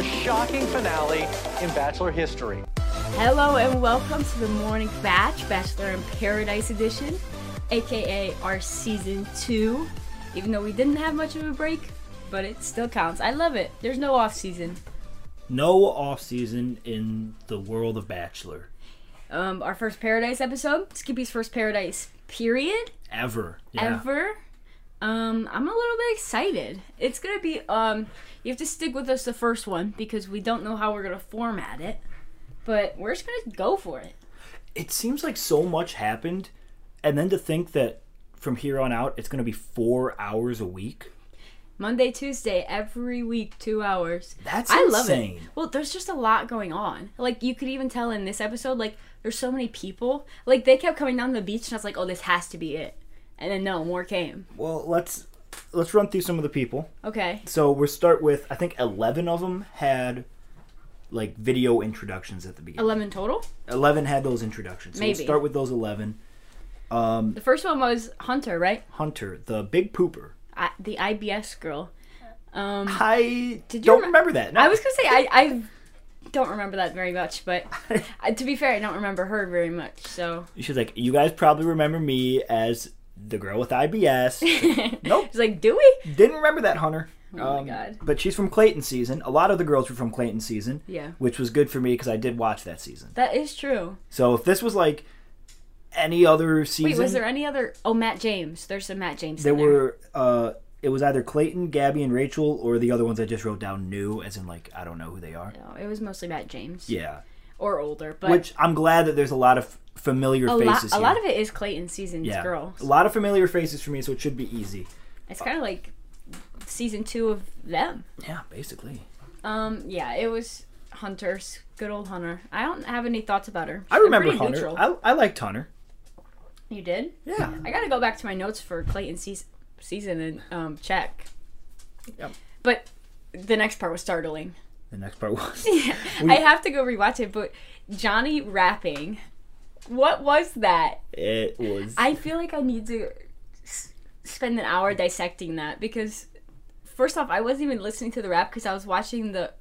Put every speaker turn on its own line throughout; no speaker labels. season finale in Bachelor history.
Hello and welcome to the Morning Batch, Bachelor in Paradise edition, aka our season two. Even though we didn't have much of a break, but it still counts. I love it. There's no off season.
No off season in the world of Bachelor
Um, our first Paradise episode, Skippy's first Paradise period
ever. Yeah.
ever. Um, I'm a little bit excited. It's gonna be um, you have to stick with us the first one because we don't know how we're gonna format it, but we're just gonna go for it.
It seems like so much happened, and then to think that from here on out it's going to be four hours a week.
Monday, Tuesday, every week, two hours.
That's
I love
insane.
it. Well, there's just a lot going on. Like you could even tell in this episode, like there's so many people. Like they kept coming down to the beach, and I was like, oh, this has to be it. And then no, more came.
Well, let's let's run through some of the people.
Okay.
So we'll start with I think eleven of them had like video introductions at the beginning.
Eleven total.
Eleven had those introductions. So
Maybe.
we'll start with those eleven.
The first one was Hunter, right?
Hunter, the big pooper.
I, the IBS girl. Um,
I
Did you
don't
rem-
remember that. No.
I was gonna say I, I don't remember that very much, but uh, to be fair, I don't remember her very much. So
She's like, you guys probably remember me as the girl with IBS. nope,
it's like, do we?
didn't remember that, Hunter.
Oh my
Um,
God.
But she's from Clayton season. A lot of the girls were from Clayton season.
Yeah.
Which was good for me because I did watch that season.
That is true.
So if this was like any other
Wait,
season,
was there any other? Oh, Matt James. There's some Matt James.
there
in there.
were. Uh, it was either Clayton, Gabby, and Rachel, or the other ones I just wrote down new, as in like I don't know who they are.
No, Oh, it was mostly Matt James.
Yeah.
Or older, but
Which I'm glad that there's a lot of familiar
a lot,
faces.
a
here.
lot of it is Clayton season's
yeah.
girls.
A lot of familiar faces for me, so it should be easy.
It's kind of like season two of them.
Yeah, basically.
Um, yeah, it was Hunter's good old Hunter. I don't have any thoughts about her.
I
They're
remember
pretty
Hunter.
neutral.
I, I liked Hunter.
You did?
Yeah.
I gotta go back to my notes for Clayton seas season and um, check.
Yep.
But the next part was startling.
The next part was
I have to go rewatch it, but Johnny rapping. What was that?
it was
I feel like I need to s- spend an hour dissecting that because, first off, I wasn't even listening to the rap because I was watching the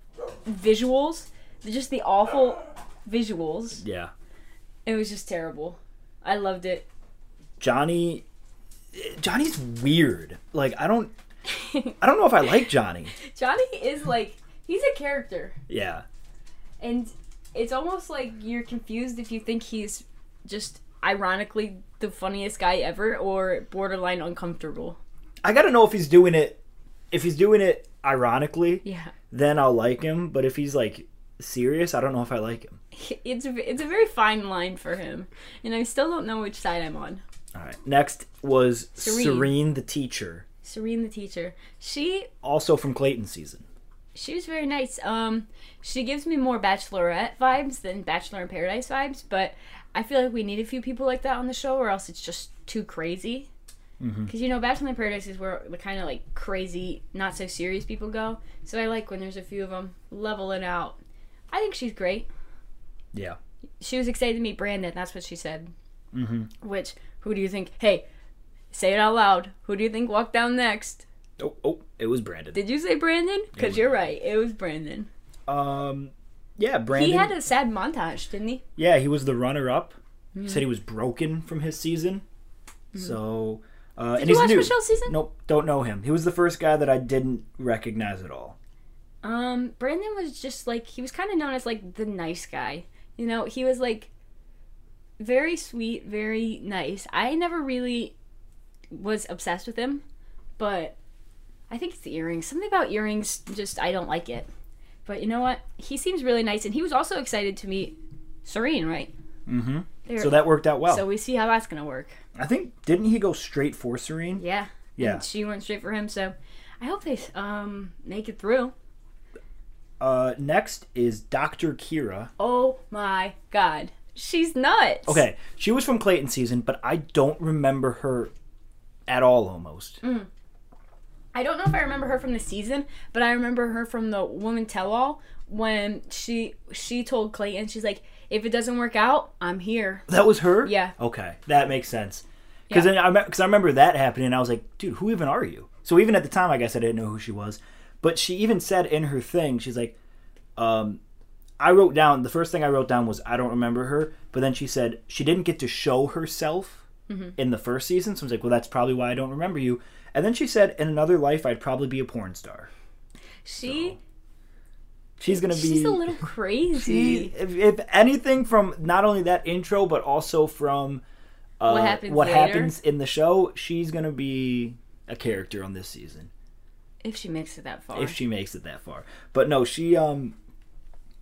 visuals, just the awful visuals.
yeah.
It was just terrible. I loved it.
Johnny Johnny's weird. Like I don't I don't know if I like Johnny.
Johnny is like, he's a character.
Yeah.
And it's almost like you're confused if you think he's just ironically the funniest guy ever or borderline uncomfortable.
I got to know if he's doing it if he's doing it ironically,
Yeah.
then I'll like him, but if he's like serious, I don't know if I like him.
It's a, it's a very fine line for him. And I still don't know which side I'm on.
All right. Next was
Serene.
Serene, the teacher,
Serene the teacher. She
also from Clayton season.
she was very nice. Um she gives me more bachelorette vibes than bachelor in paradise vibes, but I feel like we need a few people like that on the show or else it's just too crazy. Cuz you know Bachelor in Paradise is where the kind of like crazy, not so serious people go. So I like when there's a few of them level it out. I think she's great.
Yeah.
She was excited to meet Brandon. That's what she said. Mm-hmm. Which who do you think? Hey, say it out loud. Who do you think walked down next?
Oh, oh, it was Brandon.
Did you say Brandon? Because you're right. It was Brandon.
um yeah, Brandon.
He had a sad montage, didn't he?
Yeah, he was the runner up.
Hmm.
He said he was broken from his season. So, uh, and
you
he's
watch
new.
Michelle's season?
Nope, don't know him. He was the first guy that I didn't recognize at all.
Um, Brandon was just like he was kind of known as like the nice guy. You know, he was like very sweet, very nice. I never really was obsessed with him, but I think it's the earrings. Something about earrings just I don't like it. But you know what? He seems really nice and he was also excited to meet Serene, right?
Mhm.
They're-
So that worked out well.
so we see how that's gonna work.
I think didn't he go straight for Serene?
Yeah.
Yeah.
And she went straight for him, so I hope they um make it through.
Uh, next is Dr. Kira.
Oh my god. She's nuts.
Okay, she was from Clayton season, but I don't remember her at all. Almost.
I don't know if I remember her from the season, but I remember her from the woman tell all when she she told Clayton she's like, if it doesn't work out, I'm here.
That was her.
Yeah.
Okay, that makes sense. Because
Yeah.
then I because I remember that happening, and I was like, dude, who even are you? So even at the time, I guess I didn't know who she was. But she even said in her thing, she's like, Um, I wrote down the first thing I wrote down was I don't remember her, but then she said she didn't get to show herself
Mm-hmm.
in the first season, so I was like, well, that's probably why I don't remember you. And then she said, in another life, I'd probably be a porn star.
She
She's gonna be.
she's a little crazy.
She- if, if anything from not only that intro but also from uh,
What happens
what
later?
happens in the show she's gonna be a character on this season
if she makes it that far.
if she makes it that far but no she um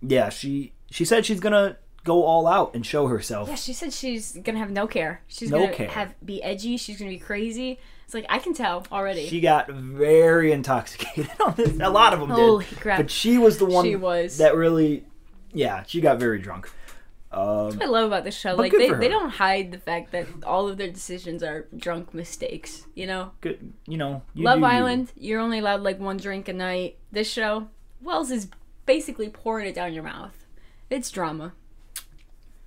yeah she she said she's gonna go all out and show herself
yeah, she said she's gonna have no care. She's
No
gonna
care.
have be edgy. She's gonna be crazy. It's like I can tell already.
she got very intoxicated on this a lot of them
Holy
did
crap.
but she was the one
She was.
that really yeah she got very drunk um
That's what I love about the show. Like
good
they,
for her.
they don't hide the fact that all of their decisions are drunk mistakes. You know,
good you know you do
Love
you.
Island, you. are only allowed like one drink a night. This show, Wells is basically pouring it down your mouth. It's drama.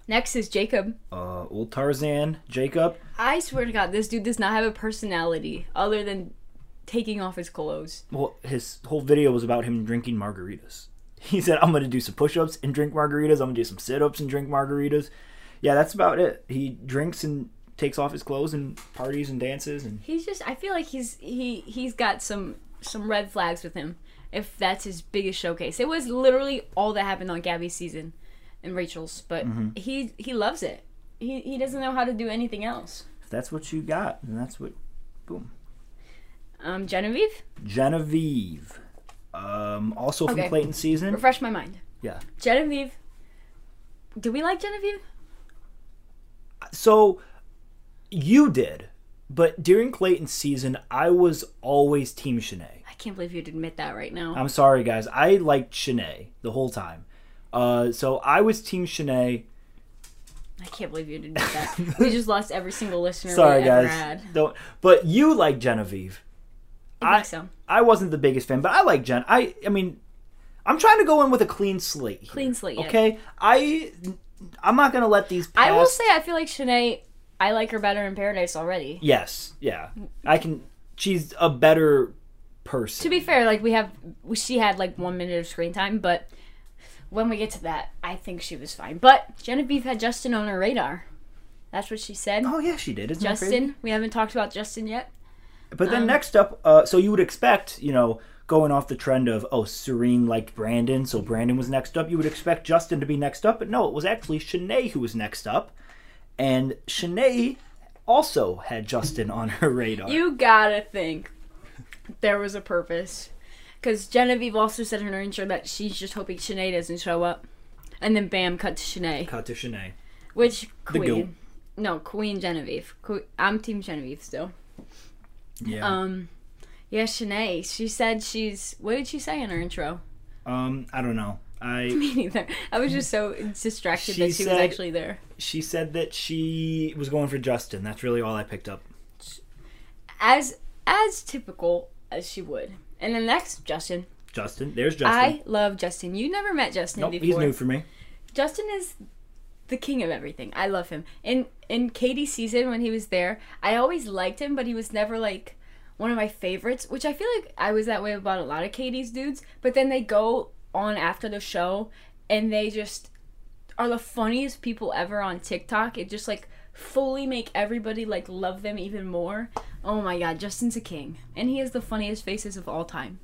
Next is Jacob.
uh old tarzan jacob
I swear to God, this dude does not have a personality other than taking off his clothes.
Well, his whole video was about him drinking margaritas. He said, "I'm gonna do some push-ups and drink margaritas. I'm gonna do some sit-ups and drink margaritas." Yeah, that's about it. He drinks and takes off his clothes and parties and dances and
He's just. I feel like he's he he's got some some red flags with him. If that's his biggest showcase, it was literally all that happened on Gabby's season, and Rachel's. But
Mm-hmm.
he he loves it. He he doesn't know how to do anything else.
if that's what you got, and that's what. Boom.
Um, Genevieve,
Genevieve, um, also from
Okay.
Clayton season.
refresh my mind.
Yeah.
Genevieve. Do we like Genevieve?
So you did, but during Clayton season, I was always Team Shanae.
I can't believe you'd admit that right now.
I'm sorry, guys. I liked Shanae the whole time. Uh, so I was Team Shanae.
I can't believe you'd admit that. we just lost every single listener
Sorry,
we ever
guys.
had.
Don't. But you like Genevieve.
I think so.
I wasn't the biggest fan, but I like Gen. I. I mean, I'm trying to go in with a clean slate. here,
Clean slate, yeah.
Okay. I. I'm not gonna let these. Pass.
I will say I feel like Shanae. I like her better in Paradise already.
Yes. Yeah. I can. She's a better person.
To be fair, like we have, she had like one minute of screen time, but when we get to that, I think she was fine. But Genevieve had Justin on her radar. That's what she said.
Oh yeah, she did. Isn't that crazy?
Justin, we haven't talked about Justin yet.
But
Um,
then next up, uh, so you would expect, you know, going off the trend of oh, Serene liked Brandon, so Brandon was next up. You would expect Justin to be next up, but no, it was actually Shanae who was next up, and Shanae also had Justin on her radar.
You gotta think there was a purpose. Because Genevieve also said in her intro that she's just hoping Shanae doesn't show up. And then bam, cut to Shanae.
Cut to Shanae.
Which
goat.
queen? No, Queen Genevieve. Que- I'm Team Genevieve still.
Yeah.
Um, yeah, Shanae. She said she's. What did she say in her intro?
um, I don't know. I
Me neither. I was just so distracted
She
that she was
said-
actually there.
she said that she was going for Justin. That's really all I picked up.
As as typical as she would. And then next, Justin.
Justin, there's Justin.
I love Justin. You never met Justin
nope,
before.
he's new for me.
Justin is the king of everything. I love him. In in Katie's season when he was there, I always liked him, but he was never like one of my favorites, which I feel like I was that way about a lot of Katie's dudes, but then they go on after the show and they just are the funniest people ever on TikTok. It just like fully make everybody like love them even more. Oh my god, Justin's a king. And he has the funniest faces of all time.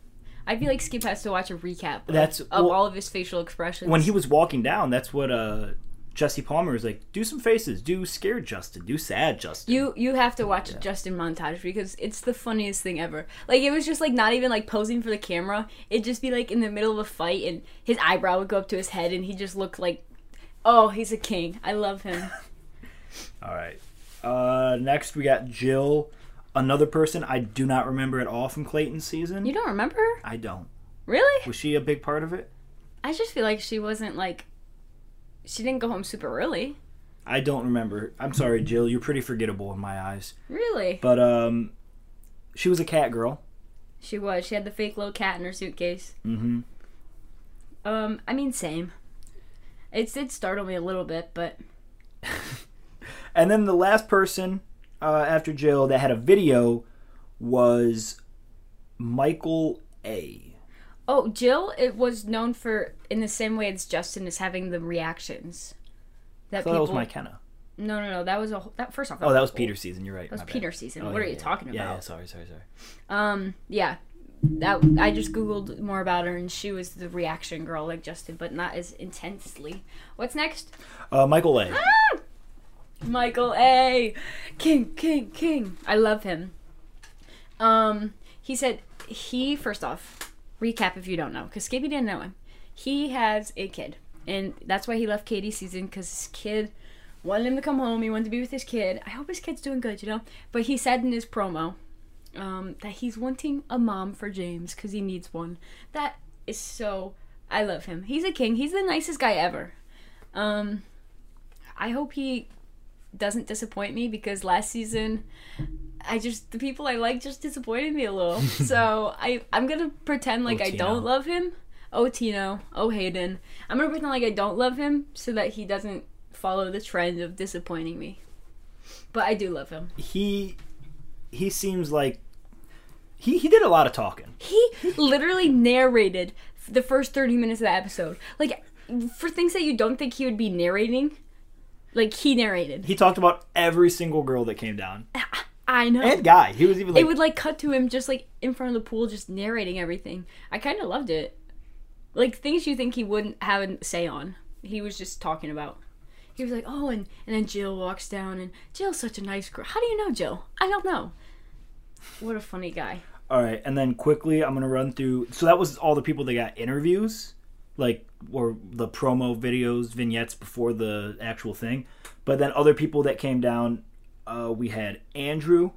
I feel like Skip has to watch a recap of,
That's-
of
well,
all of his facial expressions.
when he was walking down, that's what uh, Jesse Palmer was like. Do some faces. Do scared Justin. Do sad Justin.
You you have to watch a Justin montage because it's the funniest thing ever. Like it was just like not even like posing for the camera. It'd just be like in the middle of a fight and his eyebrow would go up to his head and he just looked like Oh, he's a king. I love him.
All right. Uh, next we got Jill, another person I do not remember at all from Clayton's season.
you don't remember her?
I don't.
Really?
Was she a big part of it?
I just feel like she wasn't like she didn't go home super early.
I don't remember. I'm sorry, Jill. You're pretty forgettable in my eyes.
Really?
But um, she was a cat girl.
She was. She had the fake little cat in her suitcase.
Mm-hmm.
Um, I mean same. It did startle me a little bit, but
And then the last person uh, after Jill that had a video was Michael A.
Oh, Jill, it was known for in the same way as Justin is having the reactions. That
So that was my Kenna.
No, no, no. That was a whole, that first off.
Oh, that was
old.
Peter's season. You're right.
That was
my bad.
Peter's season.
Oh,
what
yeah,
are you
yeah,
talking
yeah.
about?
Yeah, sorry, sorry, sorry.
Um, yeah. That I just googled more about her and she was the reaction girl like Justin, but not as intensely. What's next?
Uh, Michael A.
Michael A. King, king, king. I love him. Um, he said he first off, recap if you don't know, because Skippy didn't know him. He has a kid, and that's why he left Katie's season because his kid wanted him to come home. He wanted to be with his kid. I hope his kid's doing good, you know. But he said in his promo um, that he's wanting a mom for James because he needs one. That is so. I love him. He's a king. He's the nicest guy ever. Um, I hope he doesn't disappoint me because last season I just the people I like just disappointed me a little. so I I'm gonna pretend like I
Tino.
don't love him. Oh Tino, oh Hayden. I'm gonna pretend like I don't love him so that he doesn't follow the trend of disappointing me. But I do love him.
He he seems like he he did a lot of talking.
He literally narrated the first 30 minutes of the episode. Like for things that you don't think he would be narrating, like he narrated.
He talked about every single girl that came down
I know.
and guy. He was even like
it would like cut to him just like in front of the pool just narrating everything i kind of loved it like things you think he wouldn't have a say on he was just talking about he was like oh and and then jill walks down and jill's such a nice girl how do you know jill i don't know what a funny guy
All right, and then quickly, I'm gonna run through. So that was all the people that got interviews, like or the promo videos, vignettes before the actual thing. But then other people that came down, uh, we had Andrew,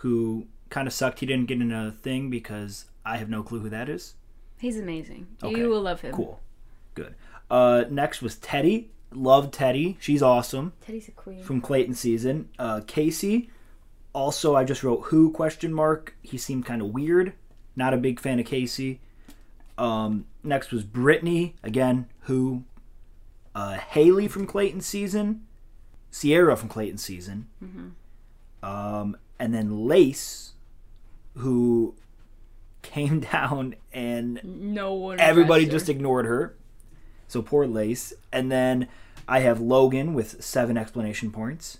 who kind of sucked. He didn't get in a thing because I have no clue who that is.
he's amazing
Okay,
you will love him
Cool, good. Uh, next was Teddy. Love Teddy. She's awesome
teddy's a queen
from Clayton season. Uh, Casey, also I just wrote who question mark. He seemed kind of weird. Not a big fan of Casey. Um, next was Brittany again. Who? Uh, Haley from Clayton season. Sierra from Clayton season. Um, and then Lace, who came down and
no one
everybody
impressed
just
her.
ignored her. So poor Lace. And then I have Logan with seven explanation points.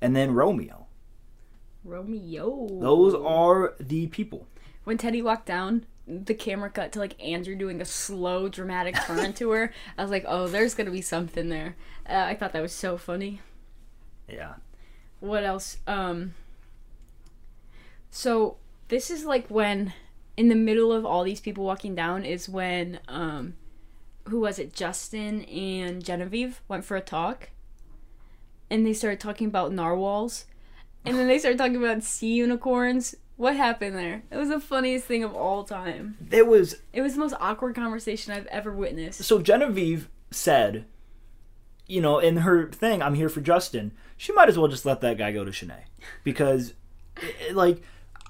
And then Romeo.
romeo
Those are the people.
when Teddy walked down, the camera cut to like Andrew doing a slow, dramatic turn to her. I was like, oh, there's gonna be something there. Uh, I thought that was so funny.
Yeah.
What else? Um. So this is like when, in the middle of all these people walking down, is when um, who was it? Justin and Genevieve went for a talk, and they started talking about narwhals, and then they started talking about sea unicorns. What happened there? It was the funniest thing of all time.
There was
It was the most awkward conversation I've ever witnessed.
so Genevieve said, you know, in her thing, I'm here for Justin. She might as well just let that guy go to Shanae. Because i- i- like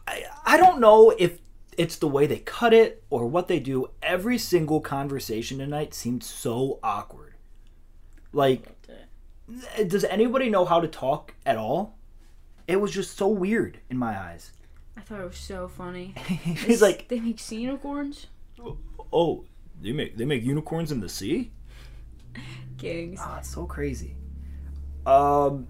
I, I don't know if it's the way they cut it or what they do. Every single conversation tonight seemed so awkward. Like does anybody know how to talk at all? It was just so weird in my eyes.
I thought it was so funny.
He's like,
they make sea unicorns.
"Oh, they make they make unicorns in the sea."
Gigs.
Ah, it's so crazy. Um,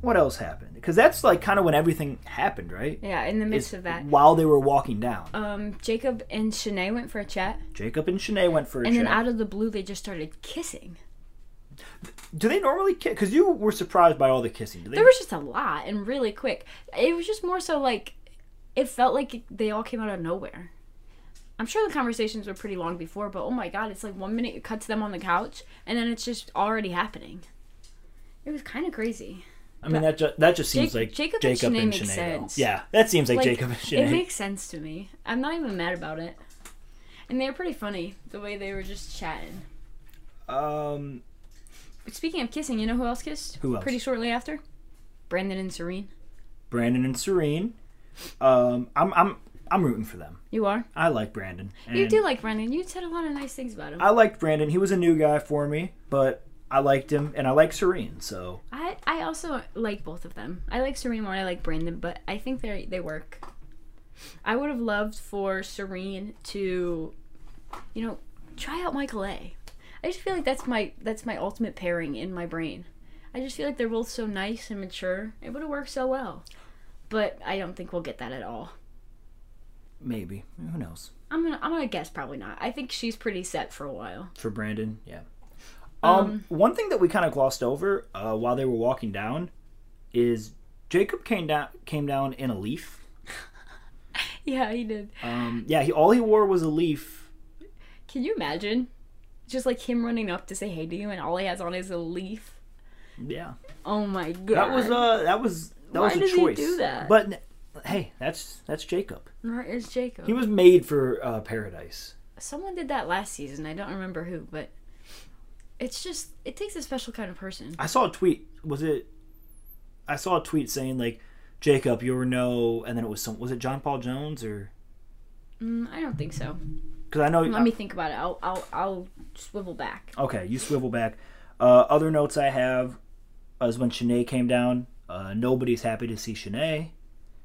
what else happened? Because that's like kind of when everything happened, right?
Yeah, in the midst of that,
While they were walking down,
um, Jacob and Shanae went for a chat,
Jacob and Shanae went for a
and
chat.
then out of the blue, they just started kissing.
do they normally kiss? Because you were surprised by all the kissing. Do they?
There was just a lot and really quick. It was just more so like it felt like they all came out of nowhere. I'm sure the conversations were pretty long before, but oh my god, it's like one minute it cuts them on the couch, and then it's just already happening. It was kind of crazy.
I mean, that ju- that just seems
Jac-
like
Jacob
Jacob,
and Shanae
and Shanae.
makes
though.
sense.
Yeah, that seems like,
Like,
Jacob and
It
Shanae.
makes sense to me. I'm not even mad about it. And they were pretty funny the way they were just chatting.
um,
Speaking of kissing, you know who else kissed?
Who else?
Pretty shortly after, Brandon and Serene.
Brandon and Serene. Um, I'm I'm I'm rooting for them.
You are.
I like Brandon.
You
and
do like Brandon. You said a lot of nice things about him.
I liked Brandon. He was a new guy for me, but I liked him, and I like Serene. So
I I also like both of them. I like Serene more. and I like Brandon, but I think they they work. I would have loved for Serene to you know, try out Michael A. I just feel like that's my that's my ultimate pairing in my brain. I just feel like they're both so nice and mature. It would have worked so well. But I don't think we'll get that at all.
Maybe. Who knows?
I'm gonna I'm gonna guess probably not. I think she's pretty set for a while.
For Brandon, yeah. Um, one thing that we kind of glossed over uh, while they were walking down is Jacob came down came down in a leaf.
Yeah, he did.
Um, yeah, he all he wore was a leaf.
Can you imagine? Just like him running up to say hey to you and all he has on is a leaf.
Yeah,
Oh my god.
that was uh that was that
Why
was a
does he
choice.
do that?
But n- hey, that's that's Jacob.
Where is Jacob?
He was made for uh, paradise.
Someone did that last season. I don't remember who, but it's just it takes a special kind of person.
I saw a tweet. Was it? I saw a tweet saying like, "Jacob, you're no," and then it was some. Was it John Paul Jones or?
Mm, I don't think so.
Because I know.
Let me think about it. I'll I'll I'll swivel back.
Okay, you swivel back. Uh, other notes I have is when Shanae came down. Uh, nobody's happy to see Shanae,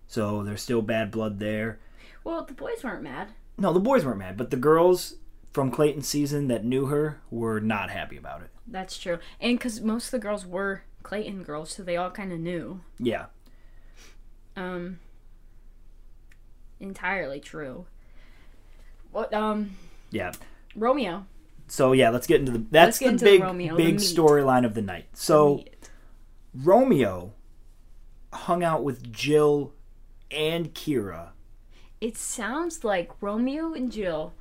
so there's still bad blood there.
Well, the boys weren't mad.
No, the boys weren't mad, but the girls from Clayton's season that knew her were not happy about it.
That's true. And cuz most of the girls were Clayton girls, so they all kind of knew.
Yeah,
Um entirely true. What um
yeah.
Romeo
So yeah, let's get into the. That's
get into
the
the
big
Romeo, the
big
meat.
storyline of the night. So.
Idiot.
Romeo hung out with Jill and Kira
it sounds like Romeo and Jill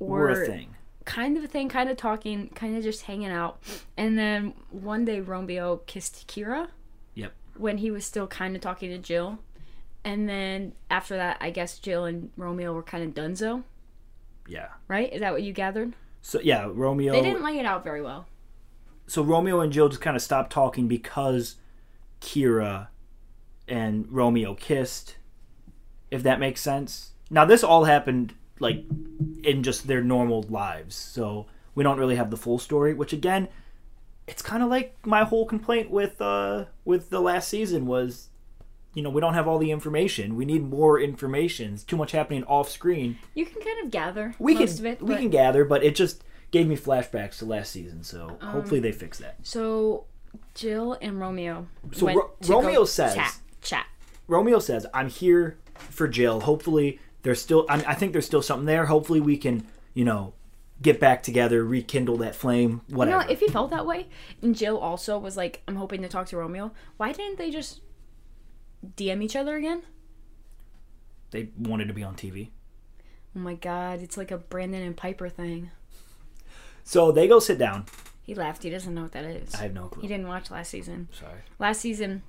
were a thing.
kind of a thing, kind of talking, kind of just hanging out. And then one day Romeo kissed Kira
Yep.
when he was still kind of talking to Jill. And then after that, I guess Jill and Romeo were kind of donezo,
Yeah.
right? Is that what you gathered?
So yeah, Romeo.
They didn't lay it out very well.
so Romeo and Jill just kind of stopped talking because Kira and Romeo kissed. If that makes sense. Now this all happened like in just their normal lives, so we don't really have the full story. Which again, it's kind of like my whole complaint with uh with the last season was. You know, we don't have all the information. We need more information. It's too much happening off screen.
You can kind of gather
We
most
can
of it.
we
but-
can gather, but it just gave me flashbacks to last season. So
Um,
hopefully they fix that.
So Jill and Romeo.
So
went
Ro-
to go
Romeo says-
chat, chat.
Romeo says, "I'm here for Jill. Hopefully, there's still. I, I think there's still something there. Hopefully, we can, you know, get back together, rekindle that flame.
You
Whatever.
know, if he felt that way, and Jill also was like, "I'm hoping to talk to Romeo." Why didn't they just DM each other again?
they wanted to be on TV,
Oh my god, it's like a Brandon and Piper thing.
so they go sit down.
He laughed. He doesn't know what that is.
I have no clue.
He didn't watch last season.
Sorry.
Last season,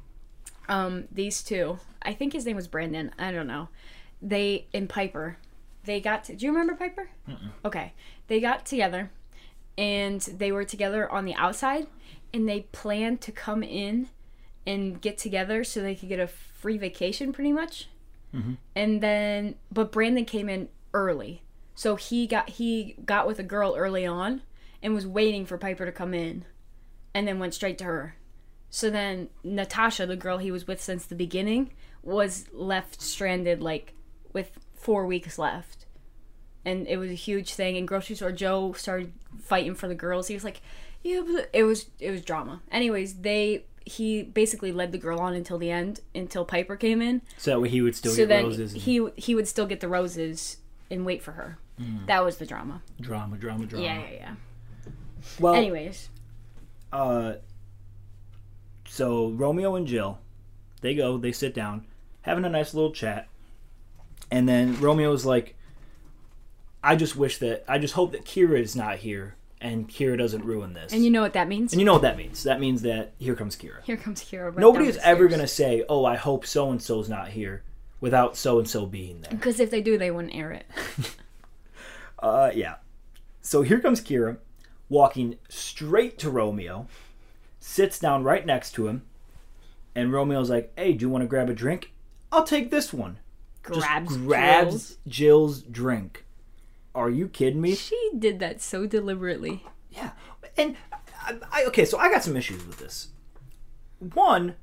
um, these two, I think his name was Brandon. I don't know. They and Piper, they got. To, do you remember Piper? Okay, they got together, and they were together on the outside, and they planned to come in and get together so they could get a free vacation, pretty much. And then, but Brandon came in early, so he got he got with a girl early on, and was waiting for Piper to come in, and then went straight to her. So then Natasha, the girl he was with since the beginning, was left stranded like with four weeks left. And it was a huge thing. And grocery store Joe started fighting for the girls. He was like, "Yeah, but-" it was it was drama." Anyways, they he basically led the girl on until the end, until Piper came in.
So that way he would still
So
get
then
roses. And
he he would still get the roses and wait for her. That was the drama.
drama, drama, drama.
Yeah, yeah, yeah.
Well,
Anyways,
uh, so Romeo and Jill, they go, they sit down, having a nice little chat, and then Romeo's like, "I just wish that I just hope that Kira is not here, and Kira doesn't ruin this."
and you know what that means?
And you know what that means? That means that here comes Kira.
Here comes Kira. Right
Nobody
down
is
the
ever
stairs.
going to say, "Oh, I hope so and so's not here," without so and so being there.
Because if they do, they wouldn't air it.
Uh, yeah. So here comes Kira, walking straight to Romeo, sits down right next to him, and Romeo's like, "Hey, do you want to grab a drink? I'll take this one." Just
grabs
grabs
Jill's.
Jill's drink. Are you kidding me?
She did that so deliberately.
Yeah. And I, I okay, so I got some issues with this. One,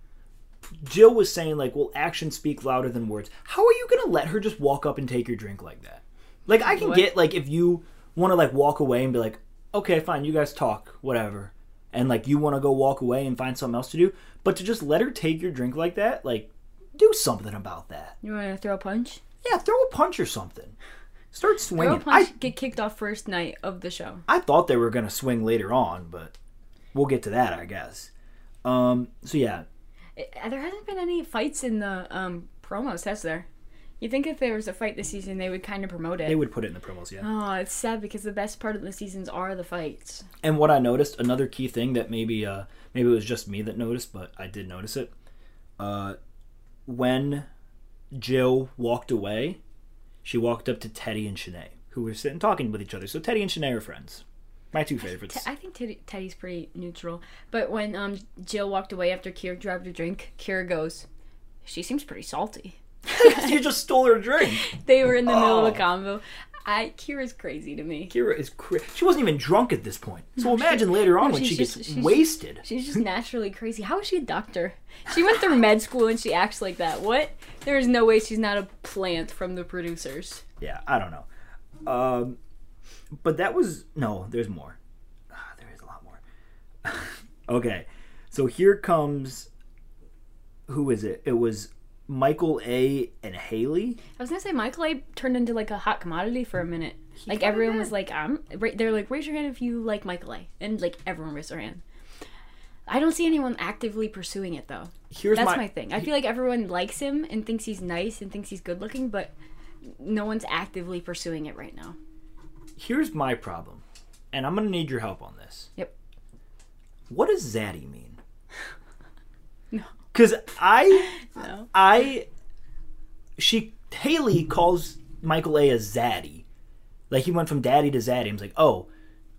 Jill was saying like, "Well, actions speak louder than words." How are you going to let her just walk up and take your drink like that? Like I can
What?
get like if you want to like walk away and be like, okay, fine, you guys talk, whatever, and like you want to go walk away and find something else to do, but to just let her take your drink like that, like do something about that.
You want to throw a punch?
Yeah, throw a punch or something. Start
Throw a
swinging.
punch.
I
Get kicked off first night of the show.
I thought they were gonna swing later on, but we'll get to that, I guess. Um, so yeah,
Uh, There hasn't been any fights in the um, promos, has there? You think if there was a fight this season, they would kind of promote it?
they would put it in the promos, yeah.
Oh, it's sad because the best part of the seasons are the fights.
And what I noticed, another key thing that maybe uh, maybe it was just me that noticed, but I did notice it. Uh, when Jill walked away, she walked up to Teddy and Shanae, who were sitting talking with each other. So Teddy and Shanae are friends. My two favorites.
Te- I think Teddy, Teddy's pretty neutral, but when um, Jill walked away after Kira grabbed her drink, Kira goes, "She seems pretty salty."
you just stole her drink.
They were in the middle of a combo. I Kira's crazy to me.
Kira is cra- she wasn't even drunk at this point. So imagine later on
no,
when she
she's
gets
just- she's-
wasted.
She's just naturally crazy. How is she a doctor? She went through med school and she acts like that. What? There is no way she's not a plant from the producers.
yeah, I don't know. Um, but that was no. There's more. Ah, there is a lot more. okay, so here comes. Who is it? It was Michael A. and Haley.
I was gonna say Michael A. turned into like a hot commodity for a minute. like everyone was like, "I'm." Right, they're like, "Raise your hand if you like Michael A." And like everyone raised their hand. I don't see anyone actively pursuing it though.
Here's
That's
my,
my, thing. I feel like everyone likes him and thinks he's nice and thinks he's good looking, but no one's actively pursuing it right now.
here's my problem, and I'm gonna need your help on this.
Yep.
What does Zaddy mean?
No.
Because I,
No.
I, she Haley calls Michael A. a zaddy, like he went from daddy to zaddy. I'm like, oh,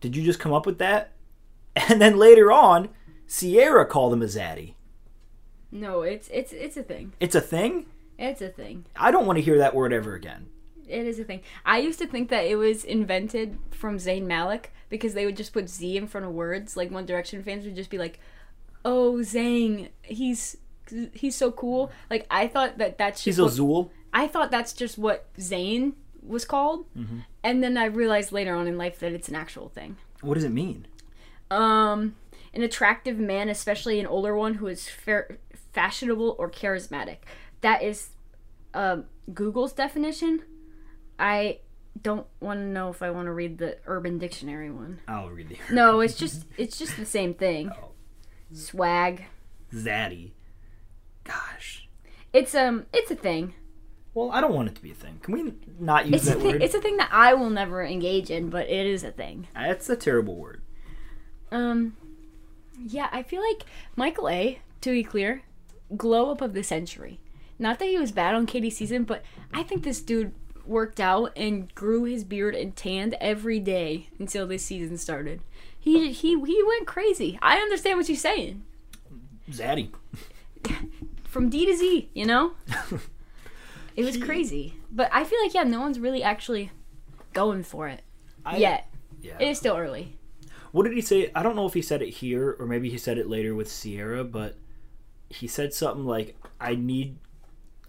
did you just come up with that? And then later on, Sierra called him a zaddy.
No, it's it's it's a thing.
It's a thing.
It's a thing.
I don't want to hear that word ever again.
It is a thing. I used to think that it was invented from Zayn Malik because they would just put Z in front of words. Like One Direction fans would just be like, "Oh, Zayn, he's he's so cool." Like I thought that that's
He's
just
a
what,
zool.
I thought that's just what Zayn was called,
Mm-hmm.
and then I realized later on in life that it's an actual thing.
What does it mean?
Um, an attractive man, especially an older one who is fair, fashionable or charismatic. That is um, Google's definition. I don't want to know if I want to read the Urban Dictionary one.
I'll read the
No, it's just it's just the same thing. Swag.
zaddy. Gosh.
It's um it's a thing.
Well, I don't want it to be a thing. Can we not use
It's a
that
thing.
word?
It's a thing that I will never engage in, but it is a thing.
That's a terrible word.
Um, yeah, I feel like Michael A. To be clear, glow up of the century. Not that he was bad on Katie's season, but I think this dude worked out and grew his beard and tanned every day until this season started. He he he went crazy. I understand what you're saying
Zaddy.
from D to Z. You know, it was crazy. But I feel like yeah, no one's really actually going for it
I,
yet.
Yeah.
It is still early.
What did he say? I don't know if he said it here or maybe he said it later with Sierra, but he said something like, I need,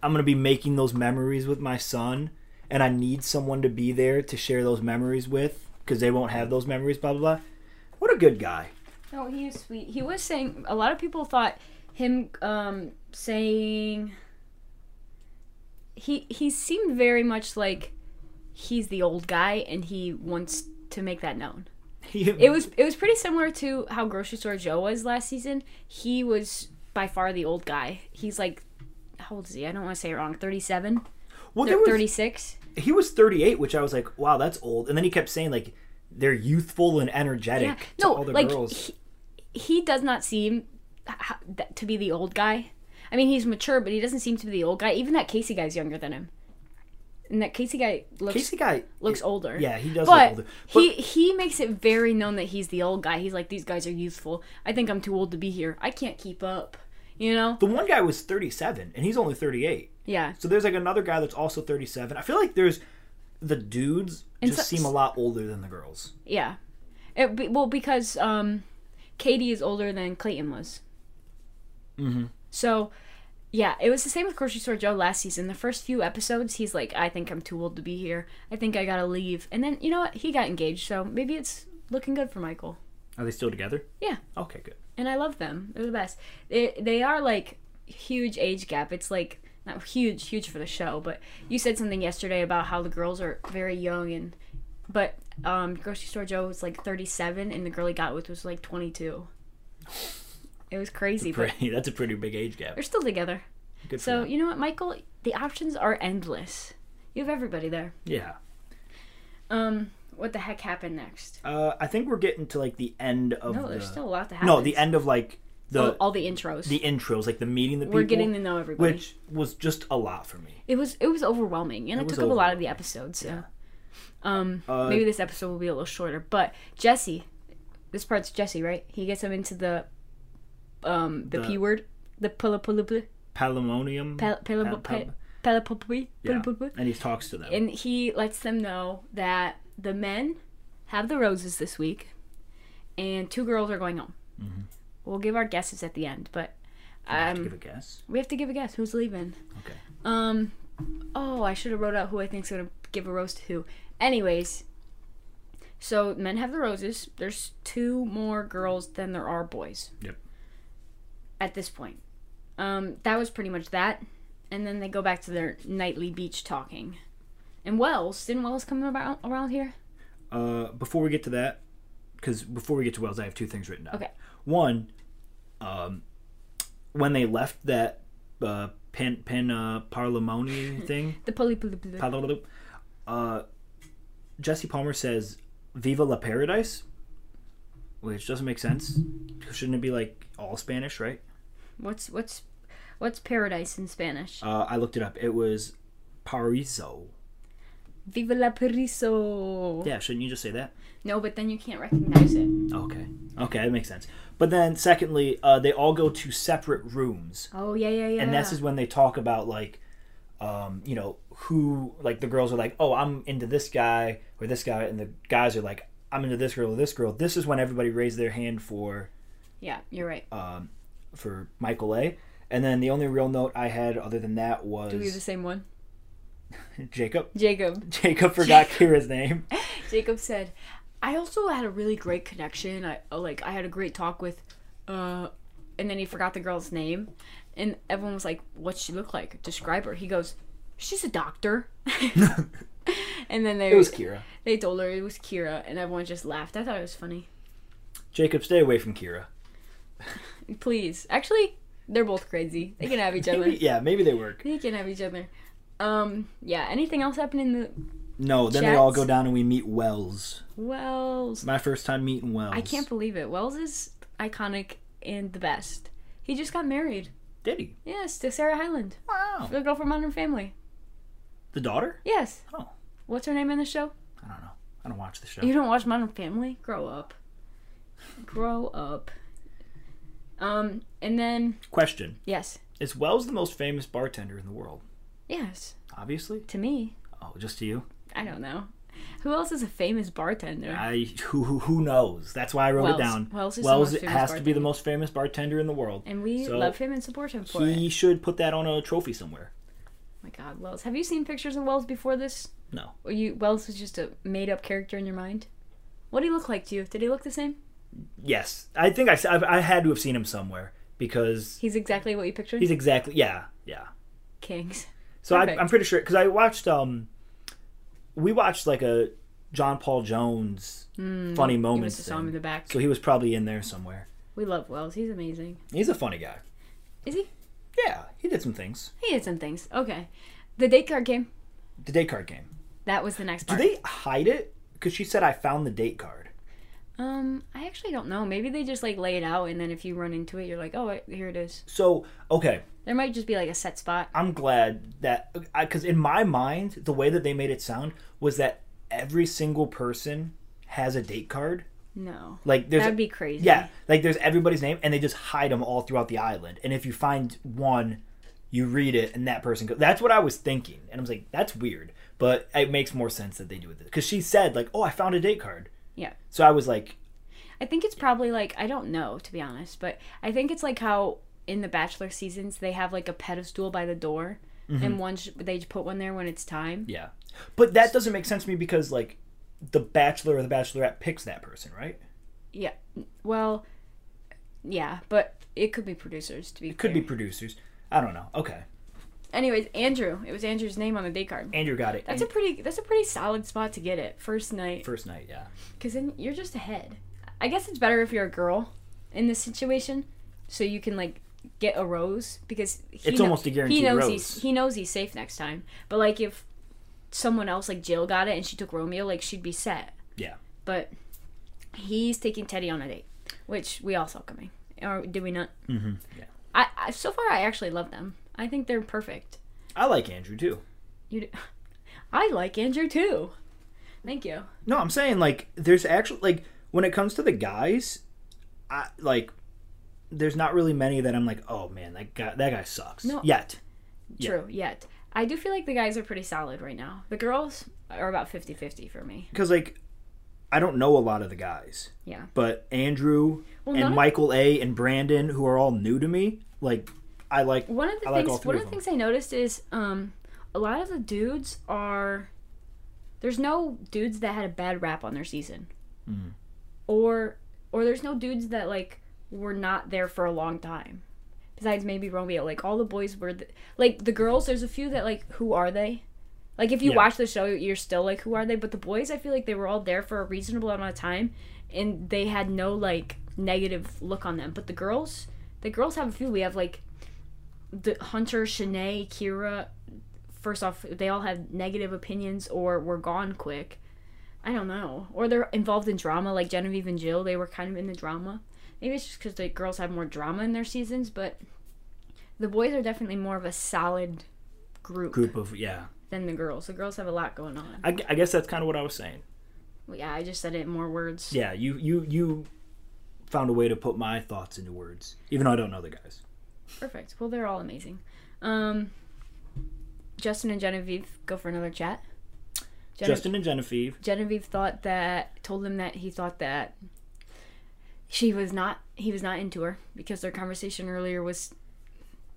I'm going to be making those memories with my son, and I need someone to be there to share those memories with because they won't have those memories, blah, blah, blah. What a good guy.
No, he is sweet. He was saying a lot of people thought him um saying he he seemed very much like he's the old guy and he wants to make that known.
He,
It was it was pretty similar to how grocery store Joe was last season. He was by far the old guy. He's like how old is he? I don't want to say it wrong. 37,
well, there was-
36.
he was 38, which I was like, wow, that's old. And then he kept saying, like, they're youthful and energetic
Yeah.
to
No,
all the
like
girls.
he, he does not seem h- h- that- to be the old guy. I mean, he's mature, but he doesn't seem to be the old guy. Even that Casey guy's younger than him, and that Casey guy looks
Casey guy
looks older.
Yeah, he does
But,
look older. But
he he makes it very known that he's the old guy. He's like, these guys are youthful. I think I'm too old to be here. I can't keep up. You know?
the one guy was 37, and he's only 38.
Yeah.
So there's like another guy that's also 37. I feel like there's the dudes
And
just
so-
seem a lot older than the girls.
Yeah. It, be- well, because um, Katie is older than Clayton was. Mm-hmm. So Yeah, it was the same with Grocery Store Joe last season. The first few episodes, he's like, I think I'm too old to be here. I think I gotta leave. And then, you know what? He got engaged, so maybe it's looking good for Michael.
Are they still together?
Yeah,
Okay, good.
and I love them. They're the best. They, they are like huge age gap. It's like not huge, huge for the show, but you said something yesterday about how the girls are very young and but um grocery store Joe was like 37 and the girl he got with was like 22. It was crazy, but
Pretty, that's a pretty big age gap.
they're still together.
Good for
So,
them.
you know what, Michael, the options are endless. You have everybody there.
yeah.
Um what the heck happened next?
Uh, I think we're getting to like the end of
No,
the
there's still a lot to happen.
no the end of like the
all, all the intros.
the intros, like the meeting the people.
We're getting to know everybody.
which was just a lot for me.
It was it was overwhelming, and it,
was Uh,
took up a lot of the episodes. So, um, maybe this episode will be a little shorter. But Jesse, this part's Jesse, right? He gets him into the, um, the, p word, the pula pula pula
Palimonium.
pala pala
Mm-hmm.
pala
Pal- pal-
pala pula
yeah.
pula pula,
And he talks to them.
and he lets them know that the men have the roses this week, and two girls are going home.
Mm-hmm.
We'll give our guesses at the end, but
I have to
um,
give a guess.
we have to give a guess who's leaving.
Okay.
Um. Oh, I should have wrote out who I think's gonna give a rose to who. Anyways. So men have the roses. There's two more girls than there are boys.
Yep.
At this point, um, that was pretty much that, and then they go back to their nightly beach talking. And Wells didn't Wells come about around here?
Uh, before we get to that, because before we get to Wells, I have two things written down.
Okay.
One, um, when they left that uh, pen pen uh, parlimony thing,
The pulley pulley pulley.
uh, Jesse Palmer says "Viva la Paradise," which doesn't make sense. Shouldn't it be like all Spanish, right?
What's what's what's paradise in Spanish?
Uh, I looked it up. It was Pariso.
Viva la Paradiso.
Yeah, shouldn't you just say that?
No, but then you can't recognize it.
Okay. Okay, that makes sense. But then, secondly, uh, they all go to separate rooms,
Oh yeah yeah yeah.
and this is when they talk about like, um, you know, who like the girls are like, oh, I'm into this guy or this guy, and the guys are like, I'm into this girl or this girl. This is when everybody raised their hand for
yeah. You're right.
Oh, for Michael A. And then the only real note I had other than that was
Do we have the same one?
Jacob.
Jacob.
Jacob forgot Kira's name.
Jacob said, "I also had a really great connection. I oh, like I had a great talk with, uh, and then he forgot the girl's name, and everyone was like, "What's she look like? Describe her." He goes, "She's a doctor." and then they
It was Kira.
they told her it was Kira, and everyone just laughed. I thought it was funny.
Jacob, stay away from Kira.
Please, actually, they're both crazy. They can have each other.
Maybe, yeah, maybe they work.
They can have each other. Um, yeah. Anything else happened in the
No, then they all
Chats.
go down and we meet Wells.
Wells?
My first time meeting Wells.
I can't believe it. Wells is iconic and the best. He just got married.
Did he?
Yes, to Sarah Hyland,
Wow.
the girl from Modern Family.
The daughter?
Yes.
Oh.
What's her name in the show?
I don't know. I don't watch the show.
You don't watch Modern Family? Grow up. Grow up. Um, and then
Question:
yes,
Is Wells the most famous bartender in the world?
yes.
Obviously.
To me,
Oh, just to you?
I don't know. Who else is a famous bartender?
I who who, who knows? That's why I wrote
Hmm. Wells.
it
Wells is
down.
the most
Wells
famous
has to be
bartender.
the most famous bartender in the world.
and we
So,
love him and support him for it.
He should put that on a trophy somewhere.
Oh my God, Wells. Have you seen pictures of Wells before this?
No.
Or you Wells was just a made up character in your mind? What did he look like to you? Did he look the same?
Yes, I think I s- I've- I had to have seen him somewhere because
He's exactly what you pictured?
he's exactly yeah yeah.
Kings.
So I,
Perfect.
I'm pretty sure because I watched um, we watched like a John Paul Jones funny
Hmm. He was
moments.
the song in
thing.
the back.
So he was probably in there somewhere.
we love Wells. He's amazing.
He's a funny guy.
Is he?
Yeah, he did some things.
He did some things. Okay. The date card game.
The date card game.
That was the next
Do
part.
they hide it? Because she said I found the date card.
um, I actually don't know. Maybe they just like lay it out, and then if you run into it, you're like, oh, wait, here it is.
So okay,
There might just be like a set spot.
I'm glad that because in my mind the way that they made it sound was that every single person has a date card.
No,
Like there's
that'd be crazy.
Yeah, like there's everybody's name, and they just hide them all throughout the island. And if you find one, you read it, and that person. Goes, that's what I was thinking, and I was like, that's weird, but it makes more sense that they do it because she said like, oh, I found a date card.
Yeah.
So I was like,
I think it's probably like I don't know to be honest, but I think it's like how in the Bachelor seasons they have like a pedestal by the door,
Mm-hmm.
and one sh- they just put one there when it's time.
Yeah. But that doesn't make sense to me because like the bachelor or the bachelorette picks that person, right?
Yeah. Well, yeah, but it could be producers to be.
Could be producers. I don't know. Okay.
Anyways, Andrew. It was Andrew's name on the day card.
Andrew got it.
That's a pretty. That's a pretty solid spot to get it first night.
first night, yeah.
Because then you're just ahead. I guess it's better if you're a girl in this situation, so you can like get a rose because he
It's almost a guaranteed
He knows
rose.
he's he knows he's safe next time. But like if someone else like Jill got it and she took Romeo, like she'd be set.
Yeah.
But he's taking Teddy on a date, which we all saw coming, or did we not? Mm-hmm.
yeah.
I, I so far I actually love them. I think they're perfect.
I like Andrew too.
You, d- I like Andrew too. Thank you.
No, I'm saying like there's actually like when it comes to the guys, I like there's not really many that I'm like, oh man, that guy that guy sucks.
No.
Yet. Yeah.
True, yet. I do feel like the guys are pretty solid right now. The girls are about 50 50 for me.
Because like I don't know a lot of the guys.
Yeah.
But Andrew
Well, none
and
of-
Michael A and Brandon, who are all new to me, like I like
One of the
I like
things
all three
one
of
of the things I noticed is um a lot of the dudes are there's no dudes that had a bad rap on their season.
Mm-hmm.
Or or there's no dudes that like were not there for a long time. Besides maybe Romeo, like all the boys were the, like the girls. There's a few that like who are they? Like if you
Yeah.
watch the show, you're still like who are they? But the boys, I feel like they were all there for a reasonable amount of time, and they had no like negative look on them. But the girls, the girls have a few. We have like the Hunter, Shanae, Kira. First off, they all have negative opinions or were gone quick. I don't know. Or they're involved in drama, like Genevieve and Jill. They were kind of in the drama. Maybe it's just because the girls have more drama in their seasons, but the boys are definitely more of a solid group,
group of yeah.
than the girls. The girls have a lot going on.
I, I guess that's kind of what I was saying.
Well, yeah, I just said it in more words.
Yeah, you you you found a way to put my thoughts into words, even though I don't know the guys.
Perfect. Well, they're all amazing. Um, Justin and Genevieve go for another chat. Gene-
Justin and Genevieve.
Genevieve thought that told him that he thought that she was not he was not into her because their conversation earlier was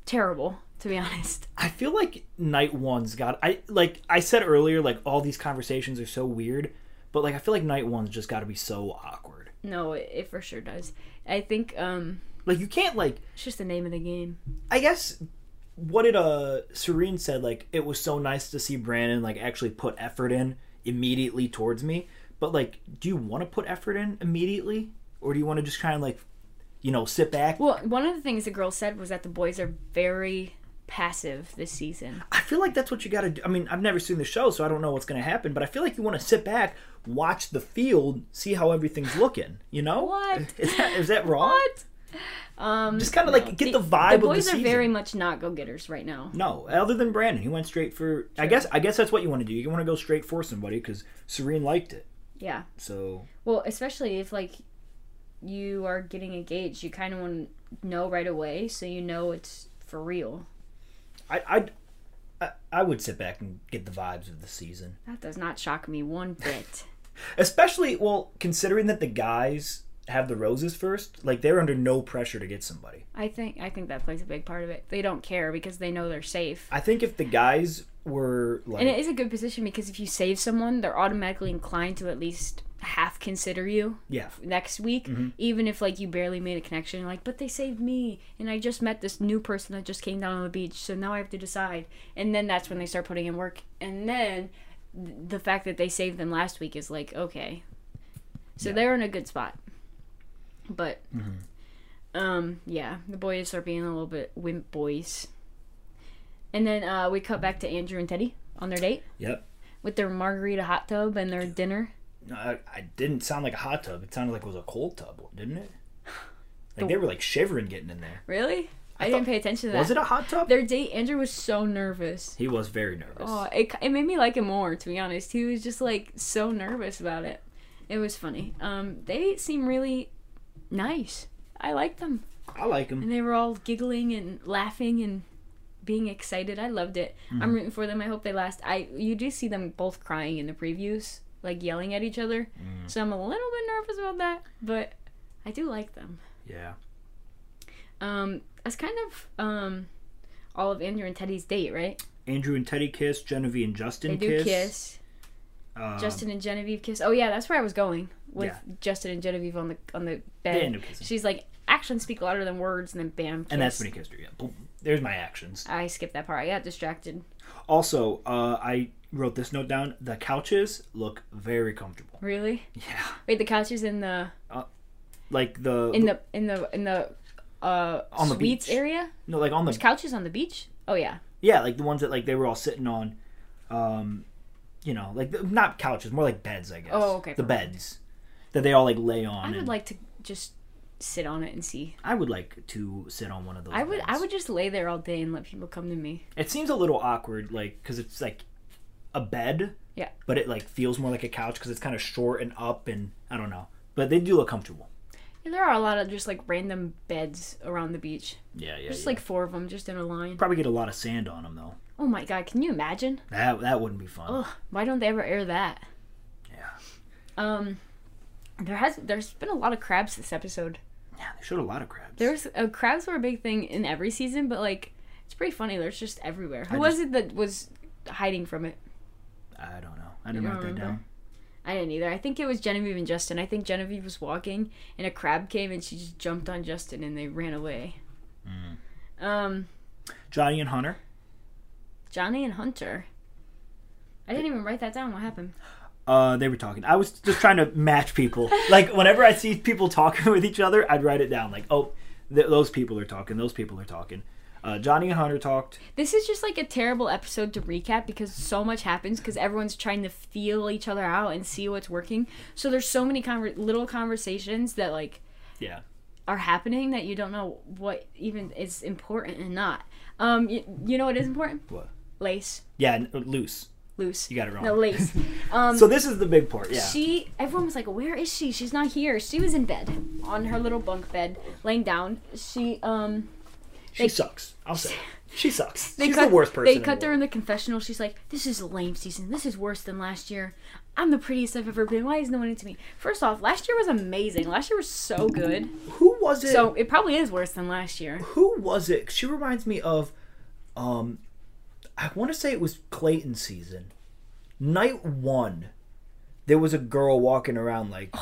terrible to be honest.
I feel like night one's got I like I said earlier, like all these conversations are so weird, but like I feel like night one's just got to be so awkward.
No, it, it for sure does. I think um
Like you can't like
it's just the name of the game.
I guess what did uh Serene said like it was so nice to see Brandon like actually put effort in immediately towards me, but like do you want to put effort in immediately or do you want to just kind of like you know sit back?
Well, one of the things the girl said was that the boys are very passive this season.
I feel like that's what you got to do. I mean, I've never seen the show, so I don't know what's going to happen, but I feel like you want to sit back, watch the field, see how everything's looking, you know?
What?
Is that, is that wrong?
What? Um,
Just kind of like get the, vibe
the boys
of the
are
season.
very much not go-getters right now.
No, other than Brandon, he went straight for I guess I guess that's what you want to do. You want to go straight for somebody cuz Serene liked it.
Yeah.
So,
Well, especially if like you are getting engaged, you kind of want to know right away so you know it's for real.
I I'd, I I would sit back and get the vibes of the season.
That does not shock me one bit.
Especially, well, considering that the guys have the roses first, like they're under no pressure to get somebody.
I think I think that plays a big part of it. They don't care because they know they're safe.
I think if the guys were like
And it is a good position because if you save someone, they're automatically inclined to at least half consider you
yeah,
next week,
Mm-hmm.
even if like you barely made a connection. Like, but they saved me, and I just met this new person that just came down on the beach, so now I have to decide. And then that's when they start putting in work, and then th- the fact that they saved them last week is like okay, so they're in a good spot. But,
Mm-hmm.
um, yeah, the boys are being a little bit wimp boys. And then uh, we cut back to Andrew and Teddy on their date
yep.
with their margarita hot tub and their dinner.
No, I, I didn't sound like a hot tub. It sounded like it was a cold tub, didn't it? Like they were like shivering getting in there.
Really? I,
thought-
didn't pay attention to that.
Was it a hot tub?
their date, Andrew was so nervous.
He was very nervous.
Oh, it, it made me like him more, to be honest. He was just like so nervous about it. It was funny. Um, they seem really nice. I liked them.
I like him.
And they were all giggling and laughing and being excited. I loved it.
Mm-hmm.
I'm rooting for them. I hope they last. I you do see them both crying in the previews, like yelling at each other.
Mm.
So I'm a little bit nervous about that, but I do like them.
Yeah.
Um, that's kind of um, all of Andrew and Teddy's date, right?
Andrew and Teddy kiss. Genevieve and
They
Justin
do
kiss.
kiss.
Um,
Justin and Genevieve kiss. Oh yeah, that's where I was going with
Yeah.
Justin and Genevieve on the on the
They
bed.
end up kissing.
She's like, "Actions speak louder than words," and then bam.
And that's
kiss.
when he kissed her. Yeah. Boom. There's my actions.
I skipped that part. I got distracted.
Also, uh, I wrote this note down. The couches look very comfortable.
Really?
Yeah.
Wait, the couches in the
Like the
in the in the in the uh
On the
suites
beach.
area.
no, like on the
There's couches on the beach. Oh yeah.
yeah, like the ones that like they were all sitting on. Um, you know, like the, not couches, more like beds, I guess.
Oh, okay,
The
perfect.
beds that they all like lay on.
I would
and
like to just sit on it and see.
I would like to sit on one of those.
I would I
beds.
would just lay there all day and let people come to me.
It seems a little awkward, like because it's like a bed.
Yeah.
But it like feels more like a couch because it's kind of short and up, and I don't know. But they do look comfortable.
And there are a lot of just like random beds around the beach.
Yeah, yeah.
Just like four of them just in a line.
probably get a lot of sand on them though.
Oh my god, can you imagine?
That that wouldn't be fun.
Ugh, why don't they ever air that?
Yeah.
Um there has there's been a lot of crabs this episode.
Yeah, they showed a lot of crabs.
There's uh, crabs were a big thing in every season, but like it's pretty funny. There's just everywhere. Who
I
was it that was hiding from it?
I don't know. I didn't
don't
write that
remember?
down.
I didn't either. I think it was Genevieve and Justin. I think Genevieve was walking and a crab came and she just jumped on Justin and they ran away.
Mm.
Um,
Johnny and Hunter.
Johnny and Hunter. I didn't even write that down. What happened?
Uh, they were talking. I was just trying to match people. Like whenever I see people talking with each other, I'd write it down. Like, oh, th- those people are talking. Those people are talking. Uh, Johnny and Hunter talked.
This is just like a terrible episode to recap because so much happens because everyone's trying to feel each other out and see what's working. So there's so many conver- little conversations that like
Yeah.
are happening that you don't know what even is important and not. Um, you, you know what is important?
What?
Lace,
Yeah, n- loose.
loose.
You got it wrong.
No lace. Um,
So this is the big part. Yeah.
she everyone was like where is she she's not here she was in bed on her little bunk bed laying down she um
she
they-
sucks. I'll say. it. She sucks.
they
She's
cut
the worst person.
they
in
cut
the
her in
world.
the confessional she's like this is a lame season this is worse than last year i'm the prettiest i've ever been why is no one into me first off last year was amazing last year was so good
Who was it?
so it probably is worse than last year
who was it? She reminds me of, um, I want to say it was Clayton season, night one. There was a girl walking around like,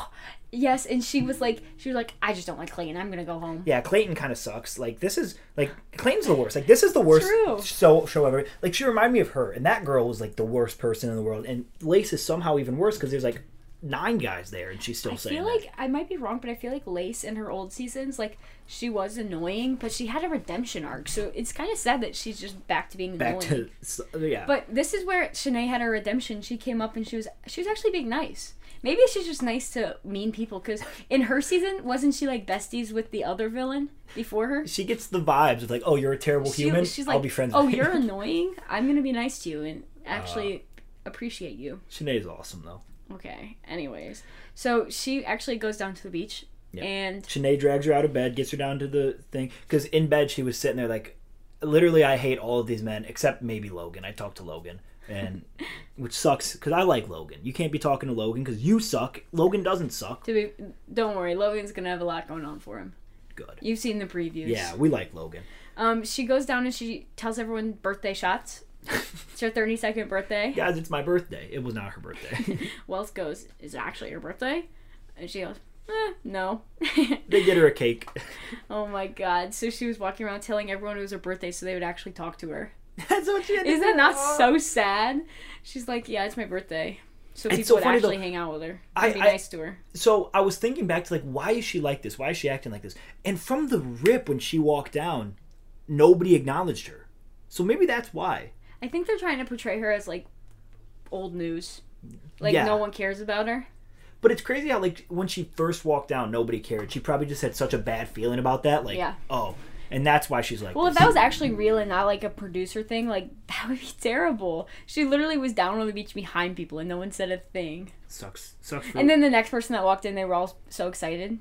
yes and she was like she was like i just don't like clay and i'm gonna go home
yeah, Clayton kind of sucks. Like this is like Clayton's the worst. Like this is the worst
True.
show show ever. Like she reminded me of her, and that girl was like the worst person in the world. And Lace is somehow even worse because there's like nine guys there, and she's still
I
saying
feel
that.
like I might be wrong, but I feel like Lace in her old seasons, like she was annoying, but she had a redemption arc. So it's kind of sad that she's just back to being
back
annoying.
to so- yeah.
but this is where Shanae had her redemption. She came up and she was she was actually being nice. Maybe she's just nice to mean people because in her season wasn't she like besties with the other villain before her?
she gets the vibes of like, oh, you're a terrible
She-
human.
she's like,
I'll be friends.
oh,
with you." Uh.
you're annoying. I'm gonna be nice to you and actually appreciate you.
Sinead's awesome though.
Okay. Anyways, so she actually goes down to the beach
Yeah.
and
Shanae drags her out of bed, gets her down to the thing. Because in bed, she was sitting there like, literally, I hate all of these men except maybe Logan. I talked to Logan, and which sucks because I like Logan. You can't be talking to Logan because you suck. Logan doesn't suck.
To be, don't worry, Logan's gonna have a lot going on for him.
Good.
You've seen the previews.
Yeah, we like Logan.
Um, she goes down and she tells everyone birthday shots. It's her thirty second birthday.
Guys, it's my birthday. It was not her birthday.
Wells goes, "Is it actually your birthday?" And she goes, eh, "No."
they get her a cake.
oh my god! So she was walking around telling everyone it was her birthday, so they would actually talk to her.
That's what she had to
Is
do.
that not so sad? She's like, "Yeah, it's my birthday." So people
so
would
funny,
actually
though.
hang out with her.
I-
and be
I-
nice to her.
so I was thinking back to like, why is she like this? Why is she acting like this? And from the rip when she walked down, nobody acknowledged her. So maybe that's why.
I think they're trying to portray her as like old news, like
Yeah.
no one cares about her.
But it's crazy how like when she first walked down, nobody cared. She probably just had such a bad feeling about that, like
Yeah.
oh, and that's why she's like.
Well, if
this.
that was actually real and not like a producer thing, like that would be terrible. She literally was down on the beach behind people and no one said a thing.
sucks, sucks. For
And then the next person that walked in, they were all so excited.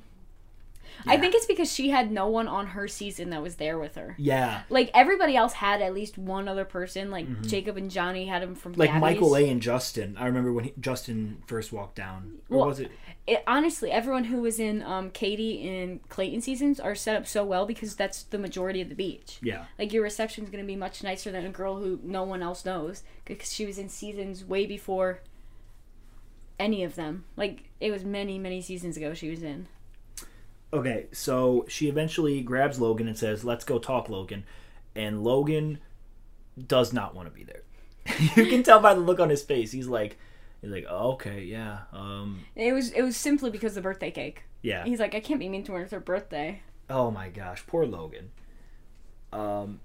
I think it's because she had no one on her season that was there with her.
Yeah.
Like everybody else had at least one other person. Like Jacob and Johnny had him from
Mm-hmm. Like
Gabby's.
Michael A. and Justin. I remember when he, Justin first walked down. Or
Well-
was it?
It, honestly, everyone who was in um, Katie and Clayton seasons are set up so well because that's the majority of the beach.
Yeah.
Like your reception's gonna be much nicer than a girl who no one else knows because she was in seasons way before any of them. Like it was many, many seasons ago she was in.
Okay, so she eventually grabs Logan and says, "Let's go talk, Logan." And Logan does not want to be there. you can tell by the look on his face. He's like, he's like, oh, "Okay, yeah, um,
It was it was simply because of the birthday cake.
yeah."
He's like, I can't be mean to her. It's her birthday.
Oh my gosh, poor Logan. Um,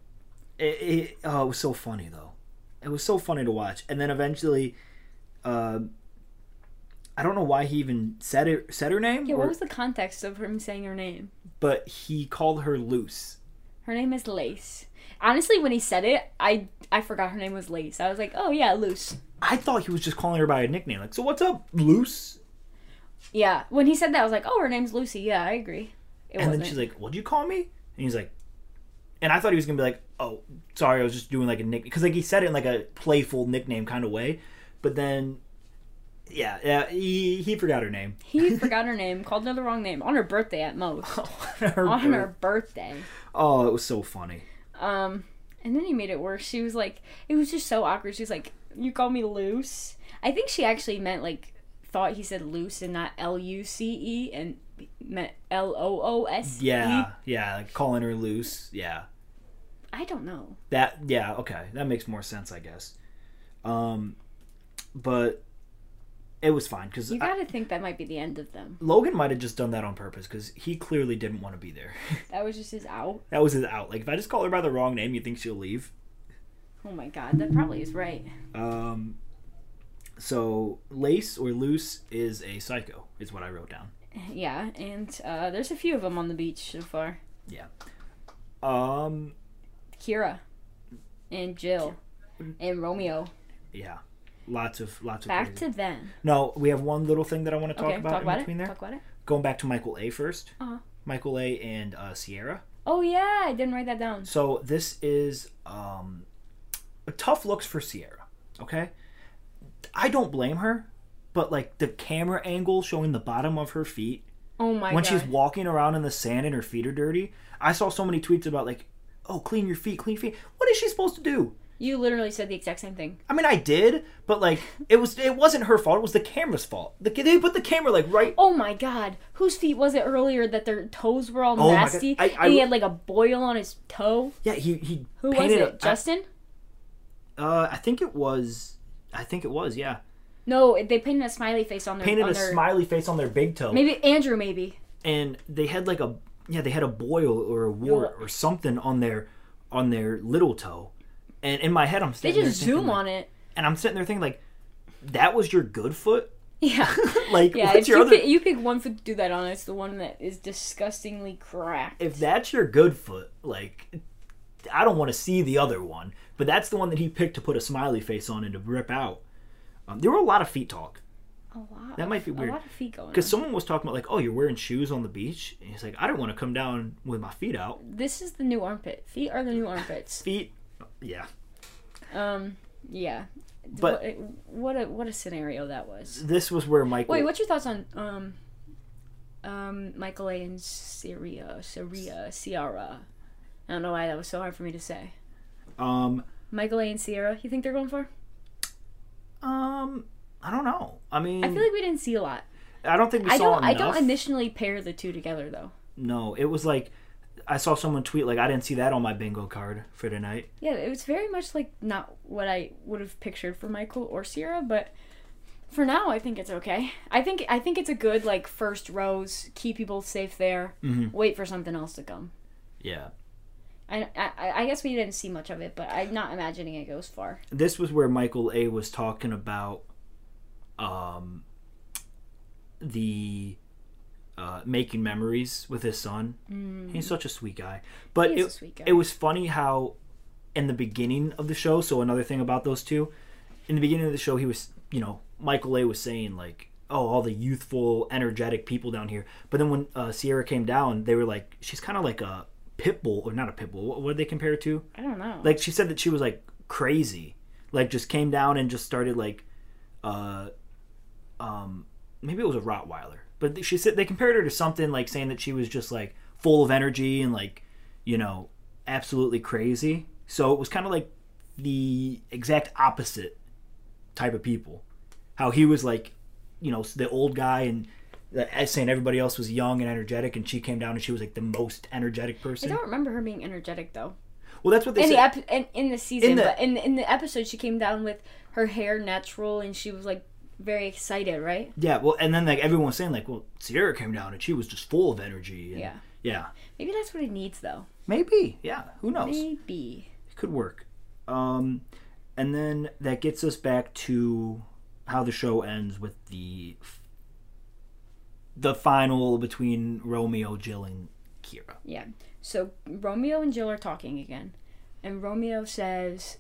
it, it, oh, it was so funny though. It was so funny to watch. And then eventually, uh, I don't know why he even said it, said her name,
Yeah,
or-
what was the context of him saying her name?
but he called her loose.
Her name is Lace. Honestly, when he said it, I I forgot her name was Lace. I was like, oh yeah, Loose.
I thought he was just calling her by a nickname. Like, so what's up, loose?
Yeah. When he said that, I was like, oh, her name's Lucy. Yeah, I agree. It
And
wasn't.
then she's like, "What'd you call me?" And he's like, and I thought he was gonna be like, "Oh, sorry, I was just doing like a nickname," because like he said it in like a playful nickname kind of way, but then, yeah, yeah, he he forgot her name.
he forgot her name, called her the wrong name on her birthday at most.
Her
on
birth-
her birthday.
Oh, it was so funny.
Um, and then he made it worse. She was like, it was just so awkward. She was like, you call me loose. I think she actually meant like thought he said loose and not L U C E and meant L O O S. E.
Yeah, yeah, like calling her loose. Yeah,
I don't know.
that. Yeah, okay, that makes more sense, I guess. Um, but it was fine because
You gotta think that might be the end of them.
Logan might have just done that on purpose because he clearly didn't want to be there.
That was just his out.
that was his out. Like, if I just call her by the wrong name, you think she'll leave?
Oh my god, that probably is right.
Um, so Lace or Loose is a psycho, is what I wrote down.
Yeah, and uh, there's a few of them on the beach so far.
Um,
Kira and Jill and Romeo.
yeah, lots of lots of.
Back
crazy-
to them.
no, we have one little thing that I want to talk about in between
it.
there.
Talk about it.
Going back to Michael A first.
Uh-huh.
Michael A and uh, Sierra.
Oh yeah, I didn't write that down.
So this is um, tough looks for Sierra. Okay, I don't blame her, but like the camera angle showing the bottom of her feet
Oh my
when
god.
she's walking around in the sand and her feet are dirty. I saw so many tweets about like, oh, clean your feet, clean your feet. What is she supposed to do?
You literally said the exact same thing.
I mean, I did, but like, it was it wasn't her fault. It was the camera's fault. The, they put the camera like right.
Oh my god, whose feet was it earlier that their toes were all
Oh my God,
nasty
I- I-
and he had like a boil on his toe?
Yeah, he he
Who was
painted
it?
a-
Justin?
uh, I think it was. I think it was. Yeah,
No, they painted a smiley face on their
painted
on
a
their-
smiley face on their big toe,
Maybe Andrew maybe.
and they had like a yeah they had a boil or a wart or something on their on their little toe. And in my head, I'm
They
standing
just
there thinking,
zoom
like-
on it.
and I'm sitting there thinking like, that was your good foot.
Yeah.
Like,
Yeah,
what's
if
your
you,
other?
pick, you pick one foot to do that on, it's the one that is disgustingly cracked.
if that's your good foot, like, I don't want to see the other one, but that's the one that he picked to put a smiley face on and to rip out. Um, there were a lot of feet talk
a lot.
that might be weird.
A lot of feet going.
because
on.
someone was talking about like, oh, you're wearing shoes on the beach, and he's like, I don't want to come down with my feet out.
This is the new armpit. Feet are the new armpits.
Feet, yeah.
Um, yeah.
But-
what, what a what a scenario that was.
This was where Michael.
Wait, what's your thoughts on um, um, Michael A. and Syria, Syria, Ciara? I don't know why that was so hard for me to say.
Um,
Michael A. and Sierra, you think they're going for?
um, I don't know. I mean,
I feel like we didn't see a lot.
I don't think Mm. we
I
saw
don't. I don't
enough.
initially pair the two together though.
no, it was like. I saw someone tweet like I didn't see that on my bingo card for tonight.
Yeah, it was very much like not what I would have pictured for Michael or Sierra, but for now, I think it's okay. I think I think it's a good like first rose. Keep you both safe there.
Mm-hmm.
Wait for something else to come.
Yeah,
I, I, I guess we didn't see much of it, but I'm not imagining it goes far.
this was where Michael A was talking about um the uh, making memories with his son. He's such a sweet guy. But
Mm. He is
it,
a sweet guy.
it was funny how in the beginning of the show, so another thing about those two, in the beginning of the show he was, you know, Michael A was saying like oh, all the youthful, energetic people down here. But then when uh, Sierra came down, they were like, she's kind of like a pit bull, or not a pit bull. What, what did they compare it to?
I don't know.
Like she said that she was like crazy, like just came down and just started like, uh, um, maybe it was a Rottweiler, but she said they compared her to something like saying that she was just like full of energy and like, you know, absolutely crazy. So it was kind of like the exact opposite type of people. How he was like, you know, the old guy and uh, saying everybody else was young and energetic, and she came down and she was like the most energetic
I
person.
don't remember her being energetic though.
Well, that's what they
In
said.
the ep- in, in the season,
In the-
but in in the episode, she came down with her hair natural and she was like very excited, right?
Yeah, well, and then like everyone was saying like, well, Sierra came down and she was just full of energy. And,
Yeah.
yeah,
Maybe that's what he needs though.
maybe, yeah, who knows?
Maybe.
It could work. Um, and then that gets us back to how the show ends with the the final between Romeo, Jill, and Kira.
Yeah. So Romeo and Jill are talking again. And Romeo says,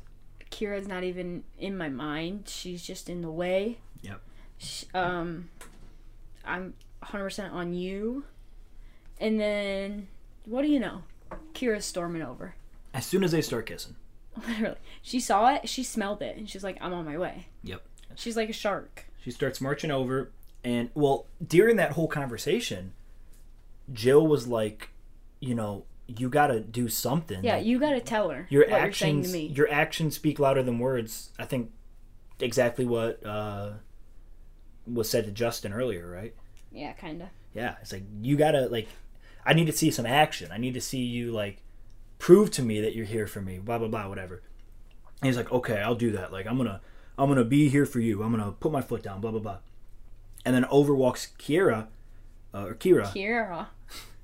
Kira's not even in my mind. She's just in the way.
Yep.
Sh um, I'm 100% on you. And then, what do you know? Kira's storming over.
As soon as they start kissing.
Literally. She saw it, she smelled it, and she's like, I'm on my way.
Yep.
She's like a shark.
She starts marching over, and well, during that whole conversation, Jill was like, "You know, you got to do something.
Yeah, you gotta tell her
your
what
actions,
you're saying to me.
your actions speak louder than words." I think exactly what uh, was said to Justin earlier, right?
yeah, kinda.
Yeah, it's like you got to like, I need to see some action. I need to see you like prove to me that you're here for me. Blah blah blah, whatever. And he's like, "Okay, I'll do that. Like, I'm gonna, I'm gonna be here for you. I'm gonna put my foot down." Blah blah blah. And then over walks Kiera, uh, or Kira,
Kira.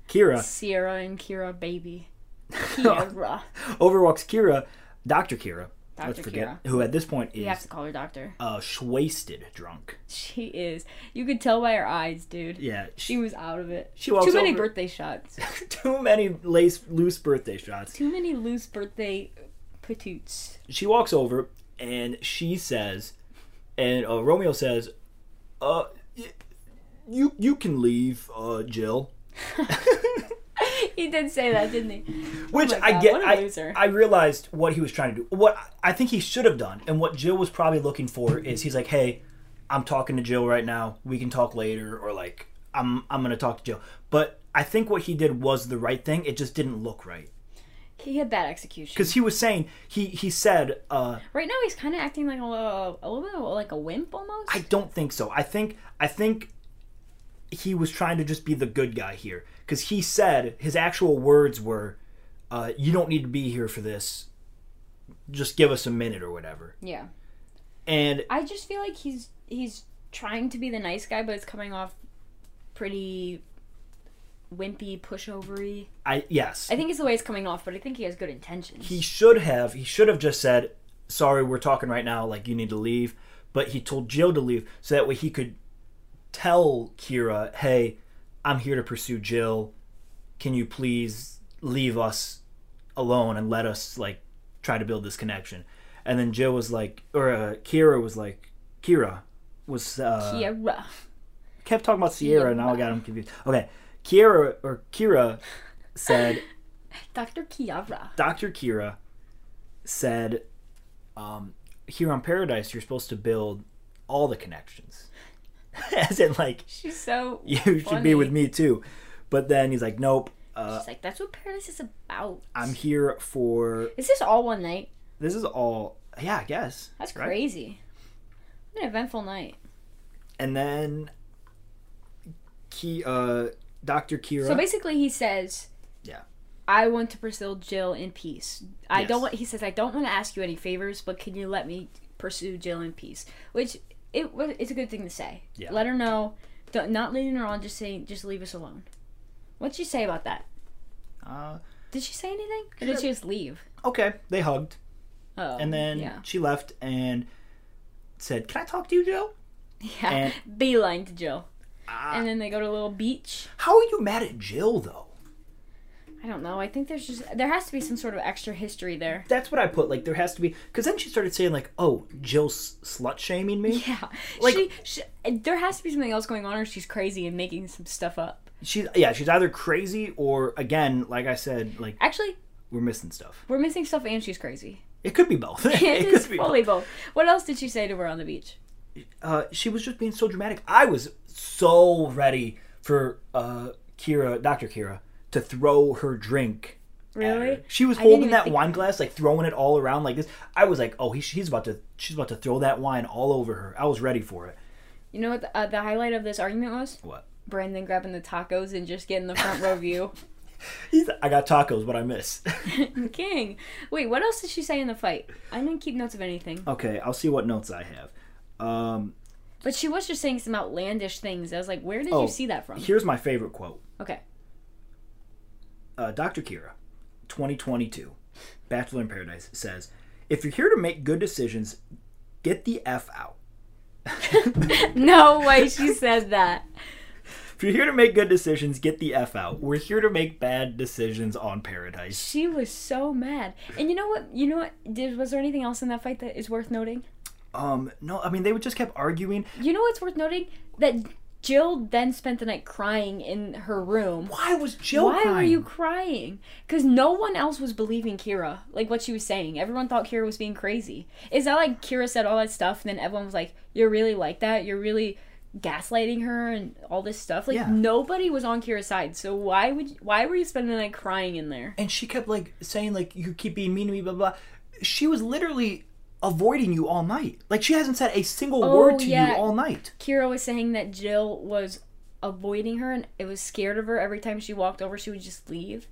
Kira,
Sierra and Kira, baby. Kira.
over walks Kira, Doctor Kira. Let's
Dr.
forget
Kira.
who at this point
You
is
have to call her doctor.
uh, wasted drunk.
She is. You could tell by her eyes, dude.
Yeah,
She was out of it.
She walks
Too many
over-
birthday shots.
too many lace, loose birthday shots.
Too many loose birthday patoots.
She walks over and she says, and uh, Romeo says, "Uh, y- you you can leave, uh, Jill."
he did say that, didn't he?
Which
Oh my
I
God,
get.
what a
I,
loser.
I realized what he was trying to do. What I think he should have done, and what Jill was probably looking for, is he's like, "Hey, I'm talking to Jill right now. We can talk later," or like, "I'm I'm gonna talk to Jill." But I think what he did was the right thing. It just didn't look right
He had bad execution.
because he was saying he he said, uh,
Right now, he's kind of acting like a little, a little bit like a wimp almost.
I don't think so. I think I think he was trying to just be the good guy here because he said his actual words were, uh, "You don't need to be here for this. Just give us a minute or whatever."
yeah.
And
I just feel like he's he's trying to be the nice guy, but it's coming off pretty wimpy, pushovery.
I yes,
I think it's the way it's coming off, but I think he has good intentions.
he should have he should have just said, "Sorry, we're talking right now. Like you need to leave." But he told Jill to leave so that way he could tell Kira, "Hey, I'm here to pursue Jill. Can you please leave us alone and let us like try to build this connection?" And then Jill was like, or uh, Kira was like, Kira was uh,
yeah, rough.
kept talking about Sierra, and now I got him confused. Okay, Kira or Kira said.
Dr. Kiara.
Dr. Kira said, um, here on Paradise, you're supposed to build all the connections. As in, like,
She's so.
you should
funny.
be with me too. But then he's like, nope, uh,
She's like, that's what paradise is about.
I'm here for.
Is this all one night?
This is all. Yeah, I guess.
That's
right?
crazy. What an eventful night.
And then Ki- uh, Dr. Kira.
So basically, he says,
Yeah.
I want to pursue Jill in peace. I
Yes.
don't want. He says, I don't want to ask you any favors, but can you let me pursue Jill in peace? Which it was. It's a good thing to say.
Yeah.
Let her know. Don't, not leading her on. Just saying. Just leave us alone. What'd she say about that?
uh,
Did she say anything? Or did she just leave?
okay, they hugged.
Oh,
And then
yeah,
she left and said, Can I talk to you, Jill?
yeah.
and- Ah.
Beeline to Jill, and then they go to a little beach.
How are you mad at Jill, though?
I I don't know. I think there's just there has to be some sort of extra history there.
That's what I put. Like there has to be because then she started saying like, "Oh, Jill's slut shaming me."
Yeah,
Like-
she, she there has to be something else going on, or she's crazy and making some stuff up.
She's yeah, she's either crazy or again, like I said, like
Actually,
we're missing stuff.
we're missing stuff, and she's crazy.
It could be both. it
It
could
is
be
fully both. What else did she say to her on the beach?
uh, she was just being so dramatic. I was so ready for uh, Kira, Dr. Kira, to throw her drink. at her.
Really?
She was
I didn't
holding
even
that
think-
wine glass, like throwing it all around like this. I was like, "Oh, he, he's about to, she's about to throw that wine all over her." I was ready for it.
You know what the, uh, the highlight of this argument was?
What?
Brandon grabbing the tacos and just getting the front row view.
He's, I got tacos, but I miss.
King. Wait, what else did she say in the fight? I didn't keep notes of anything.
okay, I'll see what notes I have. Um,
But she was just saying some outlandish things. I was like, where did
Oh,
you see that from?
here's my favorite quote.
Okay.
uh, Dr. Kira, 2022, Bachelor in Paradise, says, If you're here to make good decisions, get the F out.
No way she said that.
If you're here to make good decisions, get the F out. We're here to make bad decisions on Paradise.
She was so mad. And you know what? You know what? Did, was there anything else in that fight that is worth noting?
Um, no, I mean, they would just kept arguing.
You know what's worth noting? That Jill then spent the night crying in her room.
Why was Jill
Why
crying?
were you crying? Because no one else was believing Kira, like what she was saying. Everyone thought Kira was being crazy. Is that like Kira said all that stuff, and then everyone was like, "You're really like that. You're really gaslighting her and all this stuff." Like
Yeah.
nobody was on Kira's side. So why would why were you spending the night crying in there?
and she kept, like, saying, like, you keep being mean to me, blah, blah. She was literally avoiding you all night. Like, she hasn't said a single word to
Oh, yeah.
you all night.
Kira was saying that Jill was avoiding her and it was scared of her every time she walked over she would just leave.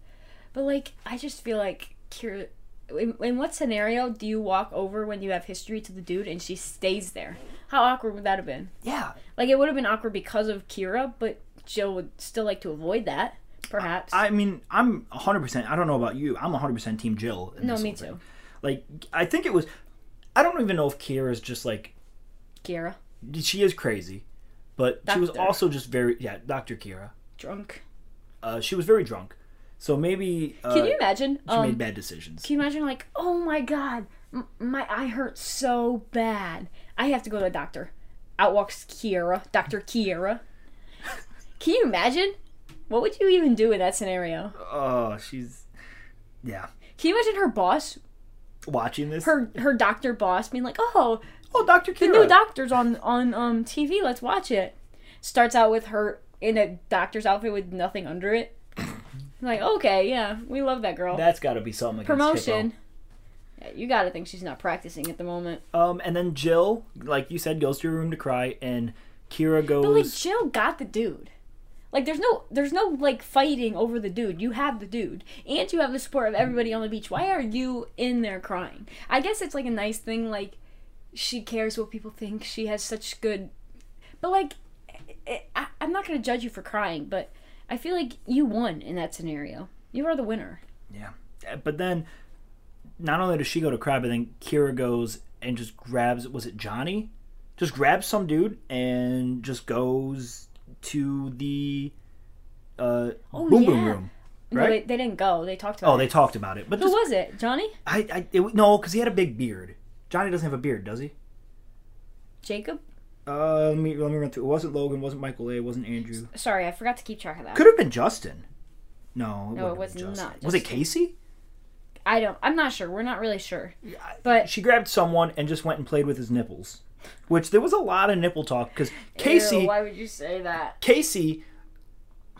But like I just feel like Kira in, in what scenario do you walk over when you have history to the dude and she stays there? How awkward would that have been?
Yeah.
Like it would have been awkward because of Kira, but Jill would still like to avoid that, perhaps.
I mean, I'm 100%. I don't know about you. I'm 100% Team Jill. in
no,
this
me
whole thing.
too.
Like I think it was I don't even know if Kira's just like
Kira.
she is crazy, but she was
Doctor.
also just very yeah, Dr. Kira.
Drunk.
Uh, she was very drunk. So maybe uh,
Can you imagine?
she
um,
made bad decisions.
Can you imagine, like, oh my god, m- my eye hurts so bad. I have to go to a doctor. Out walks Kiera, Dr. Kiera. Can you imagine? What would you even do in that scenario?
oh, she's yeah,
Can you imagine her boss,
watching this.
her her doctor boss, being like, "Oh,
oh, Dr. Kira.
new doctor's on on um TV. Let's watch it." Starts out with her in a doctor's outfit with nothing under it. like, okay, yeah, we love that girl.
That's got to be something against
Promotion. Yeah, you gotta think she's not practicing at the moment.
Kiko. Um and then Jill, like you said, goes to her room to cry and Kira goes
But like Jill got the dude. Like there's no there's no like fighting over the dude. You have the dude. And you have the support of everybody on the beach. Why are you in there crying? I guess it's like a nice thing like she cares what people think. She has such good But like I, I, I'm not going to judge you for crying, but I feel like you won in that scenario. You are the winner.
Yeah. Uh, But then not only does she go to cry, but then Kira goes and just grabs was it Johnny? Just grabs some dude and just goes to the uh boom boom
Oh, yeah.
room.
No,
Right?
they, they didn't go. They talked about
oh,
it.
they talked about it. But
Who
just,
was it? Johnny?
I, I it, no, because he had a big beard. Johnny doesn't have a beard, does he?
Jacob?
Uh, let me let me run through. It wasn't Logan. Wasn't Michael A. Wasn't Andrew.
Sorry, I forgot to keep track of that.
Could have been Justin. No,
No, it
wouldn't have been
was not
Justin. Was it Casey?
I don't I'm not sure. We're not really sure.
I-
But
she grabbed someone and just went and played with his nipples, which there was a lot of nipple talk because Casey,
Ew, why would you say that?
Casey,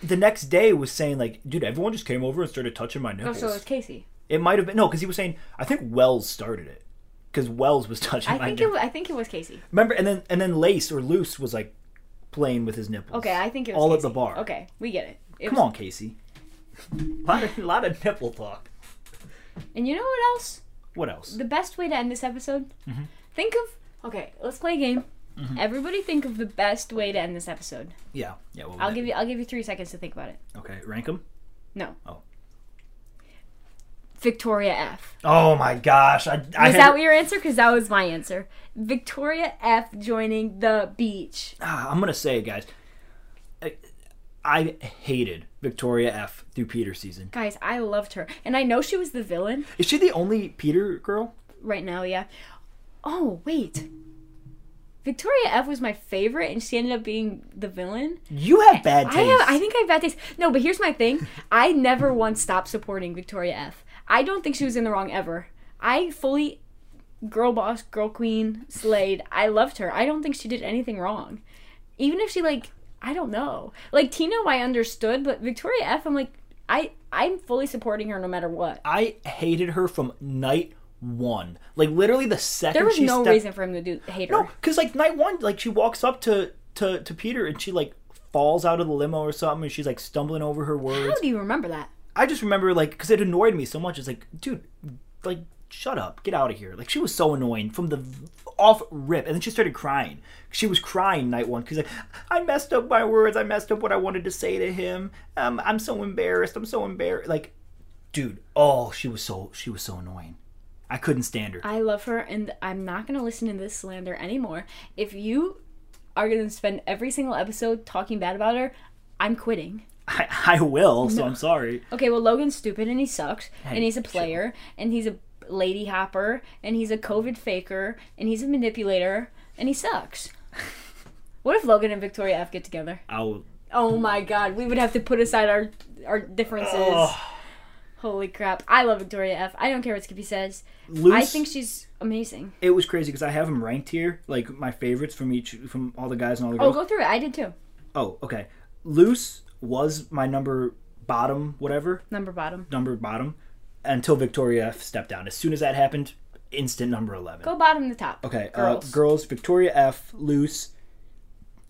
the next day was saying like, dude, everyone just came over and started touching my
Oh,
nipples.
so it was Casey.
it might have been no, because he was saying I think Wells started it because Wells was touching
I
my
think it.
nipples.
Was, I think it was Casey.
Remember, and then and then Lace or Loose was like playing with his nipples.
Okay, I think it was
all at
Casey.
the bar.
Okay, we get it. It
come
was-
on, Casey. lot of lot of nipple talk.
And you know what else?
What else?
The best way to end this episode.
Mm-hmm.
Think of. Okay, let's play a game. Everybody, think of the best way to end this episode.
Yeah, yeah. What would
I'll
that
give
be?
you. I'll give you three seconds to think about it.
Okay, rank them.
No.
Oh.
Victoria F.
Oh my gosh, I, I
Is
had-
that your answer? Because that was my answer. Victoria F. Joining the beach.
Ah, I'm gonna say, it, guys, I, I hated Victoria F through Peter season.
Guys, I loved her. And I know she was the villain
Is she the only Peter girl?
right now, yeah. Oh, wait. Victoria F was my favorite and she ended up being the villain.
You have bad taste.
I have I think I have bad taste. No, but here's my thing. I never once stopped supporting Victoria F. I don't think she was in the wrong ever. I fully girl boss, girl queen, slayed. I loved her. I don't think she did anything wrong. Even if she like I don't know. Like Tina I understood, but Victoria F I'm like I I'm fully supporting her no matter what.
I hated her from night one. Like literally the second
There was
she
no
stepped
reason for him to do hate her.
No, because like night one, like she walks up to to to Peter and she like falls out of the limo or something, and she's like stumbling over her
How
words.
do you remember that?
I just remember like because it annoyed me so much. It's like, dude, like shut up, get out of here. Like she was so annoying from the v- off rip, and then she started crying. She was crying night one because like I messed up my words, I messed up what I wanted to say to him. Um, I'm so embarrassed. I'm so embarrassed. Like, dude, oh, she was so she was so annoying. I couldn't stand her.
I love her, and I'm not going to listen to this slander anymore. If you are going to spend every single episode talking bad about her, I'm quitting.
I, I will, so I'm sorry.
Okay, well, Logan's stupid and he sucks, and he's a
chill.
player, and he's a lady hopper, and he's a COVID faker, and he's a manipulator, and he sucks. what if Logan and Victoria F get together?
I'll
Oh my god, we would have to put aside our our differences.
Ugh.
Holy crap. I love Victoria F. I don't care what Skippy says.
Loose,
I think she's amazing.
it was crazy because I have them ranked here, like my favorites from each, from all the guys and all the
Oh,
girls.
go through it. I did too.
Oh, okay. Loose was my number bottom, whatever
Number bottom.
number bottom, until Victoria F stepped down. As soon as that happened, instant number eleven.
Go bottom to top.
okay,
girls.
Uh, girls. Victoria F, Loose,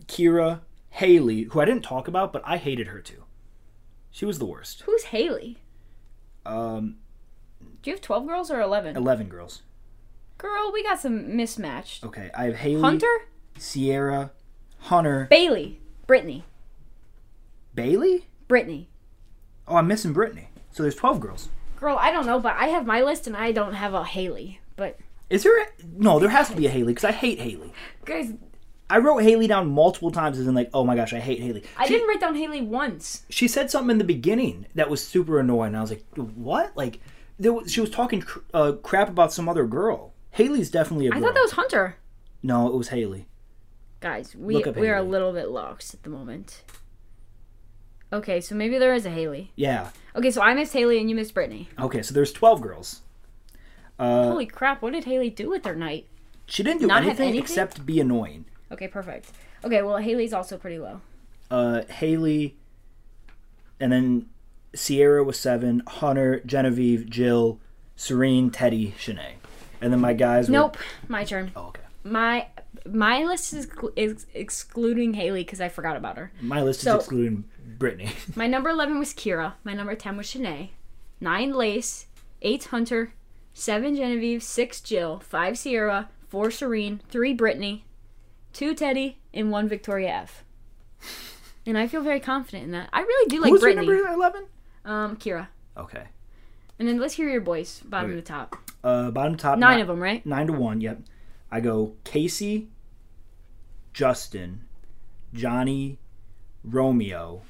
Kira, Haley, who I didn't talk about, but I hated her too. She was the worst.
Who's Haley?
Um,
Do you have 12 girls or 11?
eleven girls.
Girl, we got some mismatched.
Okay, I have Haley,
Hunter?
Sierra, Hunter,
Bailey. Brittany.
Bailey.
Brittany.
Oh, I'm missing Brittany. So there's twelve girls.
Girl, I don't know, but I have my list and I don't have a Haley. But,
Is there? A, no, there has to be a Haley because I hate Haley.
guys,
I wrote Haley down multiple times as in like, oh my gosh, I hate Haley.
I
she,
didn't write down Haley once.
She said something in the beginning that was super annoying. and I was like, what? Like, there was, she was talking cr- uh, crap about some other girl. Haley's definitely a
I
girl.
thought that was Hunter.
no, it was Haley.
Guys, we,
Look up
we are a
Haley.
little bit lost at the moment. Okay, so maybe there is a Haley.
Yeah.
Okay, so I missed Haley and you missed Brittany.
Okay, so there's twelve girls. Uh,
Holy crap, what did Haley do with her night?
she didn't do
Not have
anything,
anything?
except be annoying.
Okay, perfect. Okay, well, Haley's also pretty low.
Uh, Haley, and then Sierra was seven. Hunter, Genevieve, Jill, Serene, Teddy, Shanae, and then my guys.
Nope, my turn.
Were, oh, okay.
My my list is, exclu- is excluding Haley because I forgot about her.
My list
So-
is excluding Brittany.
My number eleven was Kira. My number ten was Shanae. Nine Lace, eight Hunter, seven Genevieve, six Jill, five Sierra, four Serene, three Brittany, two Teddy, and one Victoria F. And I feel very confident in that. I really do like
Who's your
Brittany.
number eleven?
Um, Kira.
Okay.
And then let's hear your boys, bottom to top.
Uh, bottom top
Nine
ni-
of them, right?
Nine to one. Yep. I go Casey, Justin, Johnny, Romeo,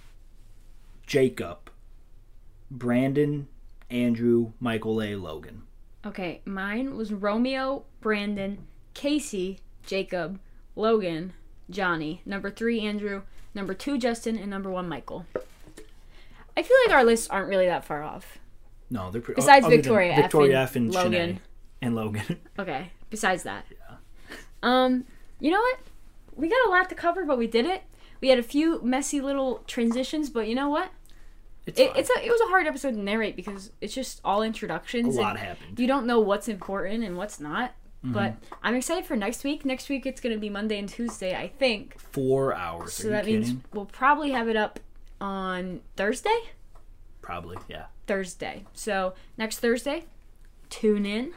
Jacob, Brandon, Andrew, Michael A. Logan.
Okay, mine was Romeo, Brandon, Casey, Jacob, Logan, Johnny, number three, Andrew, number two, Justin, and number one, Michael. I feel like our lists aren't really that far off.
No, they're pretty.
Besides
other than
Victoria F
Victoria
and
F and
Logan.
Shanae and Logan.
Okay, besides that. Um, you know what? We got a lot to cover, but we did it. We had a few messy little transitions, but you know what?
It's,
It,
fine.
it's a, it was a hard episode to narrate because it's just all introductions.
a lot
and-
happened. Mm-hmm.
you don't know what's important and what's not. But I'm excited for next week. Next week it's going to be Monday and Tuesday, I think.
Four hours.
So
Are
that
you
means
kidding?
we'll probably have it up on Thursday.
Probably. Yeah.
Thursday. So next Thursday, tune in.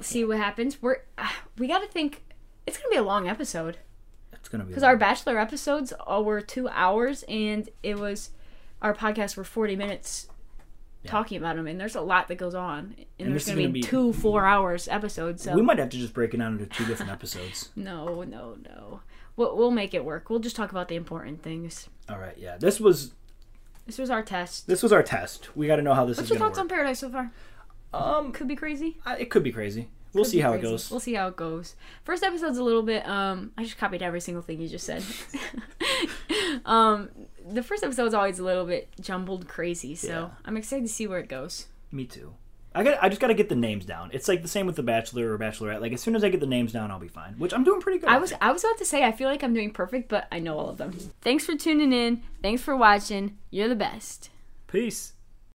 See what happens. We're uh, we got to think. It's going to be a long episode
It's gonna be.
because our bachelor episodes all were two hours and it was our podcasts were 40 minutes talking about him, and there's a lot that goes on, and,
And
there's
this is
going to be,
gonna be-
two four hours episodes. So
We might have to just break it down into two different episodes.
no, no, no. We'll, we'll make it work. We'll just talk about the important things.
All right, yeah. This was
This was our test.
this was our test. We got to know how this
What's
is
your
going
thoughts
to
on
work.
Paradise so far?
Um,
Could be crazy.
I- it could be crazy. We'll
Could
see
be
how it
crazy.
goes.
We'll see how it goes. First episode's a little bit. Um, I just copied every single thing you just said. um, the first episode's always a little bit jumbled, crazy. So
Yeah.
I'm excited to see where it goes.
Me too. I got. I just got to get the names down. It's like the same with the Bachelor or Bachelorette. Like as soon as I get the names down, I'll be fine. Which I'm doing pretty good.
I
at.
was I was about to say I feel like I'm doing perfect, but I know all of them. Thanks for tuning in. Thanks for watching. You're the best.
Peace.